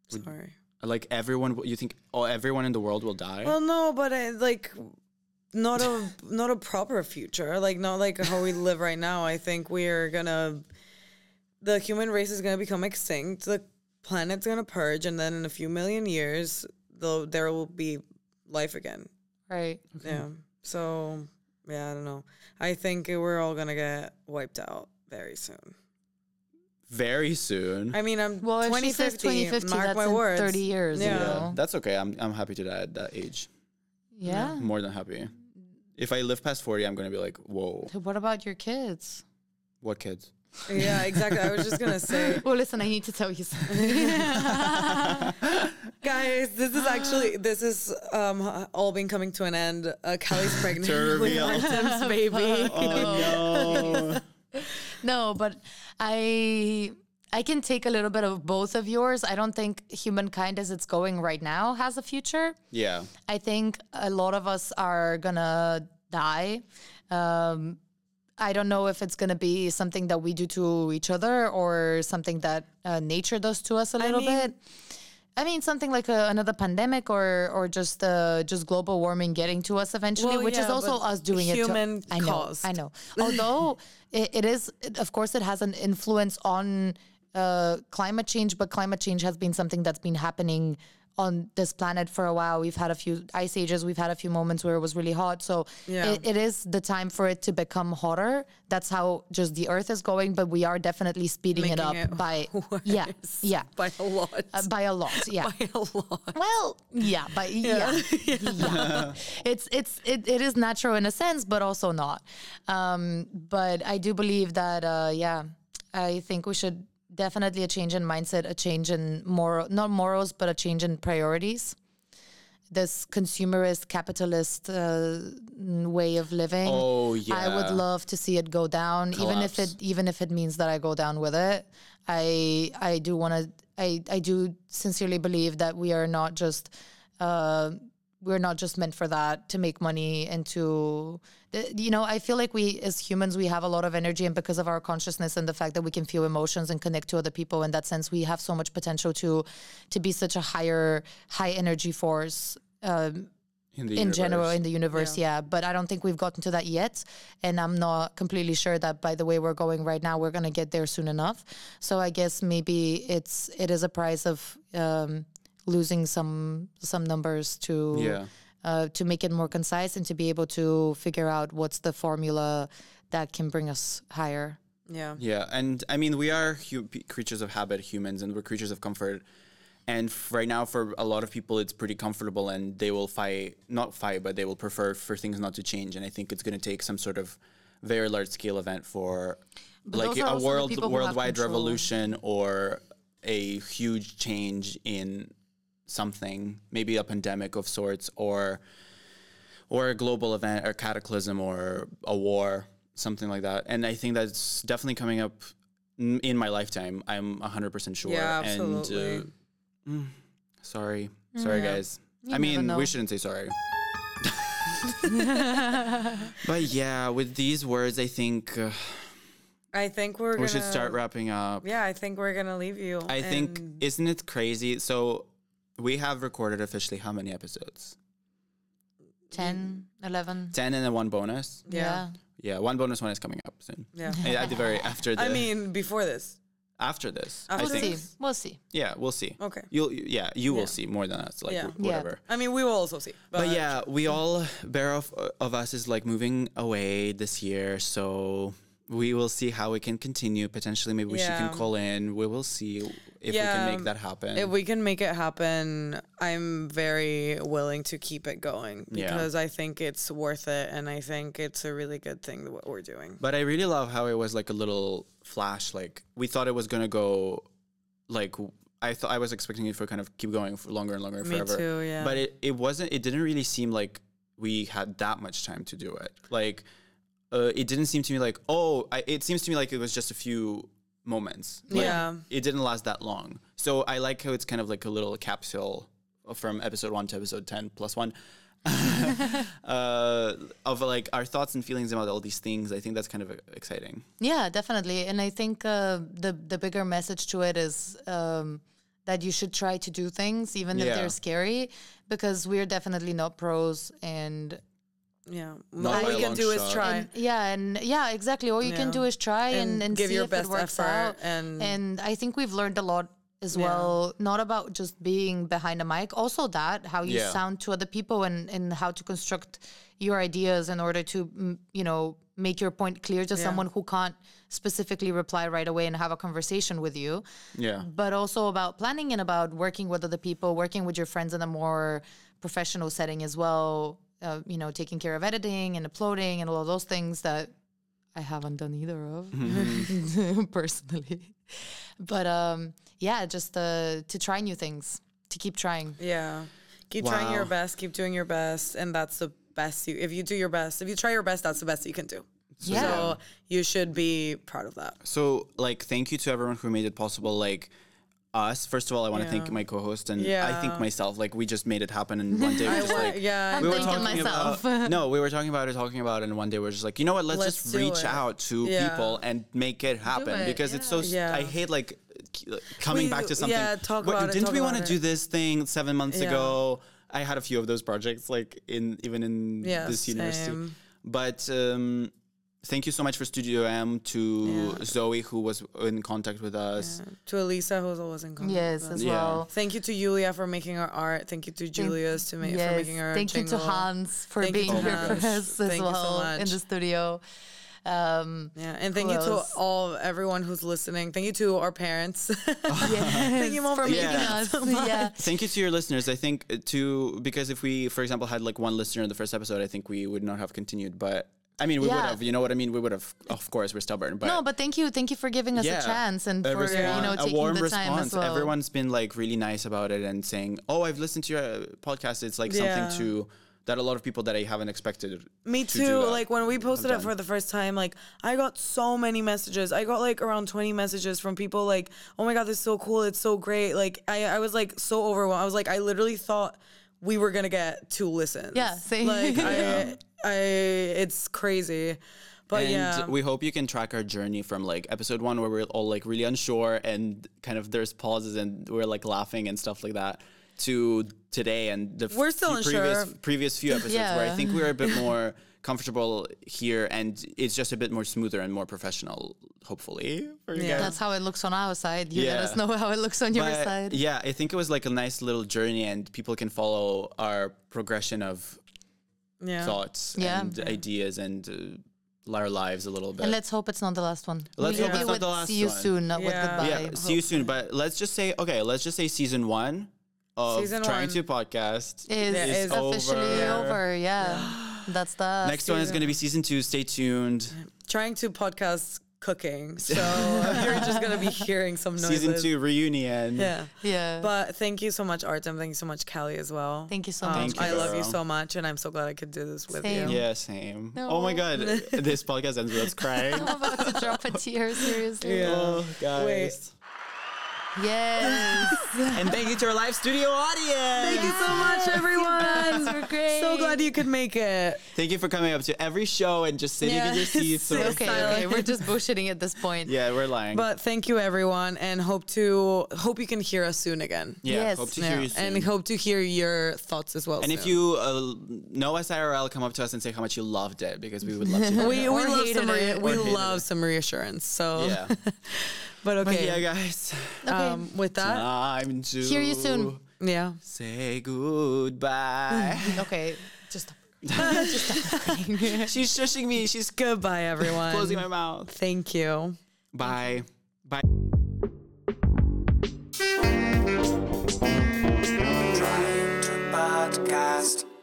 Speaker 1: Sorry.
Speaker 2: Like everyone, you think oh, everyone in the world will die?
Speaker 1: Well, no, but it, like not a not a proper future. Like not like how we live right now. I think we're gonna the human race is gonna become extinct. The planet's gonna purge, and then in a few million years, though there will be life again.
Speaker 3: Right.
Speaker 1: Yeah. So yeah, I don't know. I think we're all gonna get wiped out very soon.
Speaker 2: Very soon.
Speaker 1: I mean, I'm
Speaker 3: Well, if
Speaker 1: 2050,
Speaker 3: she says 2050,
Speaker 1: mark
Speaker 3: that's
Speaker 1: my
Speaker 3: in
Speaker 1: words.
Speaker 3: 30 years.
Speaker 1: Yeah.
Speaker 3: Yeah.
Speaker 2: yeah, that's okay. I'm I'm happy to die at that age.
Speaker 3: yeah.
Speaker 2: More than happy. If I live past forty, I'm gonna be like, whoa,
Speaker 3: So What about your kids?
Speaker 2: what kids?
Speaker 1: Yeah, exactly. I was just gonna say,
Speaker 3: Well, listen, I need to tell you something.
Speaker 1: guys, this is actually this is um all been coming to an end. Uh, Callie's pregnant
Speaker 2: To
Speaker 1: with
Speaker 2: reveal.
Speaker 1: Artem's baby.
Speaker 2: Oh
Speaker 3: no, but I I can take a little bit of both of yours. I don't think humankind as it's going right now has a future.
Speaker 2: yeah,
Speaker 3: I think a lot of us are gonna die. Um, I don't know if it's gonna be something that we do to each other or something that uh, nature does to us a little
Speaker 1: mean-
Speaker 3: bit. I mean, something like a, another pandemic or or just uh, just global warming getting to us eventually,
Speaker 1: Well,
Speaker 3: which is
Speaker 1: yeah,
Speaker 3: also
Speaker 1: but
Speaker 3: us doing it.
Speaker 1: human
Speaker 3: to, I know,
Speaker 1: caused.
Speaker 3: I know. Although it, it is, of course, it has an influence on uh, climate change, but climate change has been something that's been happening on this planet for a while. We've had a few ice ages, we've had a few moments where it was really hot. So
Speaker 1: Yeah.
Speaker 3: it, it is the time for it to become hotter. That's how just the earth is going, but we are definitely speeding it up
Speaker 1: Making it
Speaker 3: by, yeah,
Speaker 1: worse
Speaker 3: yeah,
Speaker 1: by a lot.
Speaker 3: uh, by a lot. Yeah.
Speaker 1: by a lot.
Speaker 3: Well, yeah, but yeah, yeah. it's it's it, it is natural in a sense, but also not. Um, but I do believe that uh, yeah, I think we should definitely a change in mindset, a change in moral, not morals, but a change in priorities. This consumerist capitalist uh, way of living.
Speaker 2: Oh,
Speaker 3: I
Speaker 2: yeah.
Speaker 3: would love to see it go down, even if
Speaker 2: Collapse.
Speaker 3: it even if it means that I go down with it. I I do want to. I I do sincerely believe that we are not just. Uh, we're not just meant for that to make money and to th- you know i feel like we as humans we have a lot of energy and because of our consciousness and the fact that we can feel emotions and connect to other people in that sense we have so much potential to to be such a higher high energy force uh,
Speaker 2: in the
Speaker 3: in general
Speaker 2: universe.
Speaker 3: in the universe yeah. but i don't think we've gotten to that yet and i'm not completely sure that by the way we're going right now we're going to get there soon enough so i guess maybe it's it is a price of um, losing some some numbers to
Speaker 2: Yeah.
Speaker 3: uh, to make it more concise and to be able to figure out what's the formula that can bring us higher
Speaker 1: Yeah.
Speaker 2: Yeah, and I mean, we are hu- p- creatures of habit, humans, and we're creatures of comfort. And f- right now, for a lot of people, it's pretty comfortable, and they will fight, not fight, but they will prefer for things not to change. And I think it's going to take some sort of very large scale event for like
Speaker 3: those are
Speaker 2: a
Speaker 3: also the
Speaker 2: world
Speaker 3: people who have
Speaker 2: worldwide
Speaker 3: control.
Speaker 2: revolution or a huge change in something, maybe a pandemic of sorts, or or a global event or cataclysm or a war, something like that. And I think that's definitely coming up n- in my lifetime. I'm 100% sure.
Speaker 1: Yeah,
Speaker 2: And,
Speaker 1: absolutely.
Speaker 2: uh, mm, sorry. Sorry, guys. I
Speaker 3: never
Speaker 2: mean,
Speaker 3: know.
Speaker 2: we shouldn't say sorry. but yeah, with these words, I think uh,
Speaker 1: I think we're.
Speaker 2: we
Speaker 1: gonna,
Speaker 2: should start wrapping up.
Speaker 1: Yeah, I think we're gonna leave you.
Speaker 2: I think,
Speaker 1: and-
Speaker 2: isn't it crazy? So we have recorded officially how many episodes?
Speaker 3: 10 11
Speaker 2: 10 and then one bonus.
Speaker 1: Yeah.
Speaker 3: yeah,
Speaker 2: Yeah, one bonus one is coming up soon.
Speaker 1: Yeah.
Speaker 2: At the very after the
Speaker 1: I mean, before this.
Speaker 2: after this.
Speaker 1: After
Speaker 2: I
Speaker 3: we'll
Speaker 2: think.
Speaker 3: see we'll see
Speaker 2: Yeah, we'll see.
Speaker 1: Okay.
Speaker 2: You'll yeah, you
Speaker 1: Oh. Yeah.
Speaker 2: will see more than us. Like
Speaker 1: Yeah.
Speaker 2: wh-
Speaker 3: Yeah.
Speaker 2: whatever.
Speaker 1: I mean, we will also see.
Speaker 2: But yeah, we all bear of, of us is like moving away this year, so we will see how we can continue. Potentially, maybe we she
Speaker 1: Yeah.
Speaker 2: can call in. We will see if we
Speaker 1: Yeah,
Speaker 2: can make that happen.
Speaker 1: If we can make it happen, I'm very willing to keep it going
Speaker 2: Yeah.
Speaker 1: because I think it's worth it, and I think it's a really good thing what we're doing.
Speaker 2: But I really love how it was like a little flash. Like we thought it was gonna go, like w- I thought I was expecting it for kind of keep going for longer and longer and
Speaker 1: Me
Speaker 2: forever.
Speaker 1: too, yeah.
Speaker 2: But it, it wasn't. It didn't really seem like we had that much time to do it. Like uh, it didn't seem to me like oh, I, it seems to me like it was just a few moments. Like,
Speaker 1: Yeah.
Speaker 2: It didn't last that long. So I like how it's kind of like a little capsule from episode one to episode ten plus one uh, of like our thoughts and feelings about all these things. I think that's kind of uh, exciting.
Speaker 3: Yeah, definitely. And I think uh, the the bigger message to it is um, that you should try to do things even if
Speaker 2: Yeah.
Speaker 3: they're scary because we're definitely not pros and
Speaker 1: Yeah.
Speaker 2: Not
Speaker 1: All
Speaker 2: by
Speaker 1: we
Speaker 2: a
Speaker 1: can
Speaker 2: long
Speaker 1: do
Speaker 2: shot.
Speaker 1: is try.
Speaker 3: and- yeah, and yeah, exactly. All you can
Speaker 1: Yeah.
Speaker 3: do is try and,
Speaker 1: And
Speaker 3: and,
Speaker 1: give
Speaker 3: see
Speaker 1: your
Speaker 3: if
Speaker 1: best
Speaker 3: it works
Speaker 1: effort
Speaker 3: out.
Speaker 1: and-
Speaker 3: and I think we've learned a lot as well, not about just being behind a mic, also that how you
Speaker 2: Yeah.
Speaker 3: sound to other people and and how to construct your ideas in order to mm, you know make your point clear to someone who can't specifically reply right away and have a conversation with you
Speaker 2: Yeah.
Speaker 3: but also about planning and about working with other people, working with your friends in a more professional setting as well. Uh, you know, taking care of editing and uploading and all of those things that I haven't done either of
Speaker 1: Mm-hmm.
Speaker 3: personally. But um, yeah, just uh, to try new things, to keep trying.
Speaker 1: Yeah. Keep trying your
Speaker 2: Wow.
Speaker 1: best. Keep doing your best. And that's the best you, if you do your best, if you try your best, that's the best you can do.
Speaker 3: yeah.
Speaker 1: So you should be proud of that.
Speaker 2: So, like, thank you to everyone who made it possible. Like, us, first of all, I want to thank
Speaker 1: Yeah.
Speaker 2: my co host and I
Speaker 1: Yeah.
Speaker 2: think myself. Like, we just made it happen. And one day we're just
Speaker 1: wa-
Speaker 2: like,
Speaker 1: yeah,
Speaker 2: we
Speaker 1: I'm
Speaker 2: were
Speaker 3: thinking
Speaker 2: talking
Speaker 3: myself.
Speaker 2: about no, we were talking about it, talking about it, and one day we're just like, you know what? Let's,
Speaker 1: Let's
Speaker 2: just
Speaker 1: do
Speaker 2: reach
Speaker 1: it.
Speaker 2: out to
Speaker 1: Yeah.
Speaker 2: people and make it happen
Speaker 3: it,
Speaker 2: because it's so.
Speaker 1: yeah.
Speaker 2: I hate like c- like, coming
Speaker 1: We-
Speaker 2: back to something.
Speaker 1: yeah, talk
Speaker 2: "Wait,
Speaker 1: about it,
Speaker 2: Didn't
Speaker 1: talk
Speaker 2: we want to
Speaker 1: about
Speaker 2: do
Speaker 1: it."
Speaker 2: this thing seven months
Speaker 1: Yeah.
Speaker 2: ago? I had a few of those projects, like in even in
Speaker 1: Yeah,
Speaker 2: this university,
Speaker 1: same.
Speaker 2: but. um Thank you so much for Studio M to Zoe who was in contact with us.
Speaker 1: To Elisa, who's always in contact.
Speaker 3: Yes,
Speaker 1: with us.
Speaker 3: as
Speaker 2: Yeah.
Speaker 3: well.
Speaker 1: Thank you to Yulia for making our art. Thank you to Julius to make, for making our
Speaker 3: Thank
Speaker 1: jingle.
Speaker 3: you to Hans for
Speaker 1: Thank you
Speaker 3: being
Speaker 1: to
Speaker 3: here
Speaker 1: Hans.
Speaker 3: for us as
Speaker 1: Thank you so
Speaker 3: well in
Speaker 1: much.
Speaker 3: the studio. Um,
Speaker 1: Yeah, and thank you
Speaker 3: Close.
Speaker 1: to all everyone who's listening. Thank you to our parents. thank you, mom,
Speaker 3: for making
Speaker 2: Yeah.
Speaker 3: us. yeah.
Speaker 2: Thank you to your listeners. I think uh, to because if we, for example, had like one listener in the first episode, I think we would not have continued. But I mean, we would
Speaker 3: Yeah.
Speaker 2: have. You know what I mean? We would have. Of course, we're stubborn. But
Speaker 3: No, but thank you, thank you for giving us
Speaker 2: yeah,
Speaker 3: a chance and
Speaker 2: a
Speaker 3: for you
Speaker 2: response-
Speaker 3: know taking
Speaker 2: a warm
Speaker 3: the time
Speaker 2: response.
Speaker 3: as well.
Speaker 2: Everyone's been like really nice about it and saying, "Oh, I've listened to your uh, podcast. It's like
Speaker 1: Yeah.
Speaker 2: something to that a lot of people that I haven't expected."
Speaker 1: Me
Speaker 2: to do
Speaker 1: too.
Speaker 2: that
Speaker 1: Like when we
Speaker 2: have
Speaker 1: posted it
Speaker 2: done.
Speaker 1: for the first time, like I got so many messages. I got like around 20 messages from people like, "Oh my god, this is so cool. It's so great." Like I I was like so overwhelmed. I was like I literally thought we were going to get two listens.
Speaker 3: Yeah, same.
Speaker 1: Like I I it's crazy. But Oh,
Speaker 2: and
Speaker 1: yeah.
Speaker 2: we hope you can track our journey from like episode one where we're all like really unsure and kind of there's pauses and we're like laughing and stuff like that to today and the f-
Speaker 1: We're still
Speaker 2: few previous
Speaker 1: unsure.
Speaker 2: previous few episodes where I
Speaker 3: Yeah.
Speaker 2: think we're a bit more comfortable here and it's just a bit more smoother and more professional hopefully for you
Speaker 1: Yeah.
Speaker 2: guys.
Speaker 3: That's how it looks on our side. You let
Speaker 2: Yeah.
Speaker 3: us know how it looks on your
Speaker 2: But,
Speaker 3: side.
Speaker 2: yeah, I think it was like a nice little journey and people can follow our progression of
Speaker 1: yeah.
Speaker 2: thoughts
Speaker 3: Yeah.
Speaker 2: and ideas and uh, our lives a little bit.
Speaker 3: And let's hope it's not the last one.
Speaker 2: Let's
Speaker 3: We'll
Speaker 2: hope
Speaker 3: leave
Speaker 2: it's
Speaker 3: it
Speaker 2: not
Speaker 3: with
Speaker 2: the last
Speaker 3: see you
Speaker 2: one.
Speaker 3: soon, not with
Speaker 1: Yeah.
Speaker 3: goodbye.
Speaker 2: Yeah, see you soon. But let's just say, okay, let's just say season one of
Speaker 1: Season
Speaker 2: trying
Speaker 1: one.
Speaker 2: to podcast
Speaker 3: is,
Speaker 1: There is
Speaker 3: is officially
Speaker 2: over.
Speaker 3: over. Yeah. That's the
Speaker 2: Next one is going to be season two. Stay tuned.
Speaker 1: Trying to podcast cooking. So you're just going to be hearing some noises.
Speaker 2: Season two reunion.
Speaker 1: Yeah.
Speaker 3: Yeah.
Speaker 1: But thank you so much, Artem. Thank you so much, Callie, as well. Um,
Speaker 3: Thank you so much.
Speaker 2: Thank you,
Speaker 1: I love you
Speaker 2: girl.
Speaker 1: so much, and I'm so glad I could do this with
Speaker 3: Same.
Speaker 1: you.
Speaker 2: Yeah, same. Oh my
Speaker 3: No.
Speaker 2: god, this podcast ends with us crying.
Speaker 1: Oh
Speaker 3: I'm about to drop a tear, seriously.
Speaker 2: Oh, guys.
Speaker 3: Yes.
Speaker 2: And thank you to our live studio audience.
Speaker 1: Thank you so much,
Speaker 3: Guys,
Speaker 1: everyone.
Speaker 3: we're great.
Speaker 1: So glad you could make it.
Speaker 2: Thank you for coming up to every show and just sitting in
Speaker 1: Yeah.
Speaker 2: your seats. So-
Speaker 1: Sit-
Speaker 3: Okay, okay. We're just bullshitting at this point.
Speaker 2: yeah, we're lying.
Speaker 1: But thank you, everyone, and hope to hope you can hear us soon again.
Speaker 2: yeah,
Speaker 3: Yes,
Speaker 2: hope to
Speaker 3: no.
Speaker 2: hear you soon.
Speaker 1: And hope to hear your thoughts as well.
Speaker 2: And if
Speaker 1: soon.
Speaker 2: you uh, know us IRL, come up to us and say how much you loved it because we would love to. know.
Speaker 1: we, we
Speaker 3: Or
Speaker 1: love
Speaker 3: hated
Speaker 1: some rea-
Speaker 3: it.
Speaker 1: we
Speaker 2: Or hated
Speaker 1: love
Speaker 2: it.
Speaker 1: some reassurance. So,
Speaker 2: yeah.
Speaker 1: but
Speaker 2: But
Speaker 1: okay.
Speaker 2: yeah, guys.
Speaker 3: Okay.
Speaker 1: um, with that,
Speaker 2: Time to
Speaker 3: Hear you soon.
Speaker 1: yeah.
Speaker 2: Say goodbye.
Speaker 3: okay. Just stop. just stop crying.
Speaker 2: She's shushing me. She's
Speaker 1: Goodbye, everyone.
Speaker 2: closing my mouth.
Speaker 1: Thank you.
Speaker 2: Bye. Bye.
Speaker 4: Trying to podcast.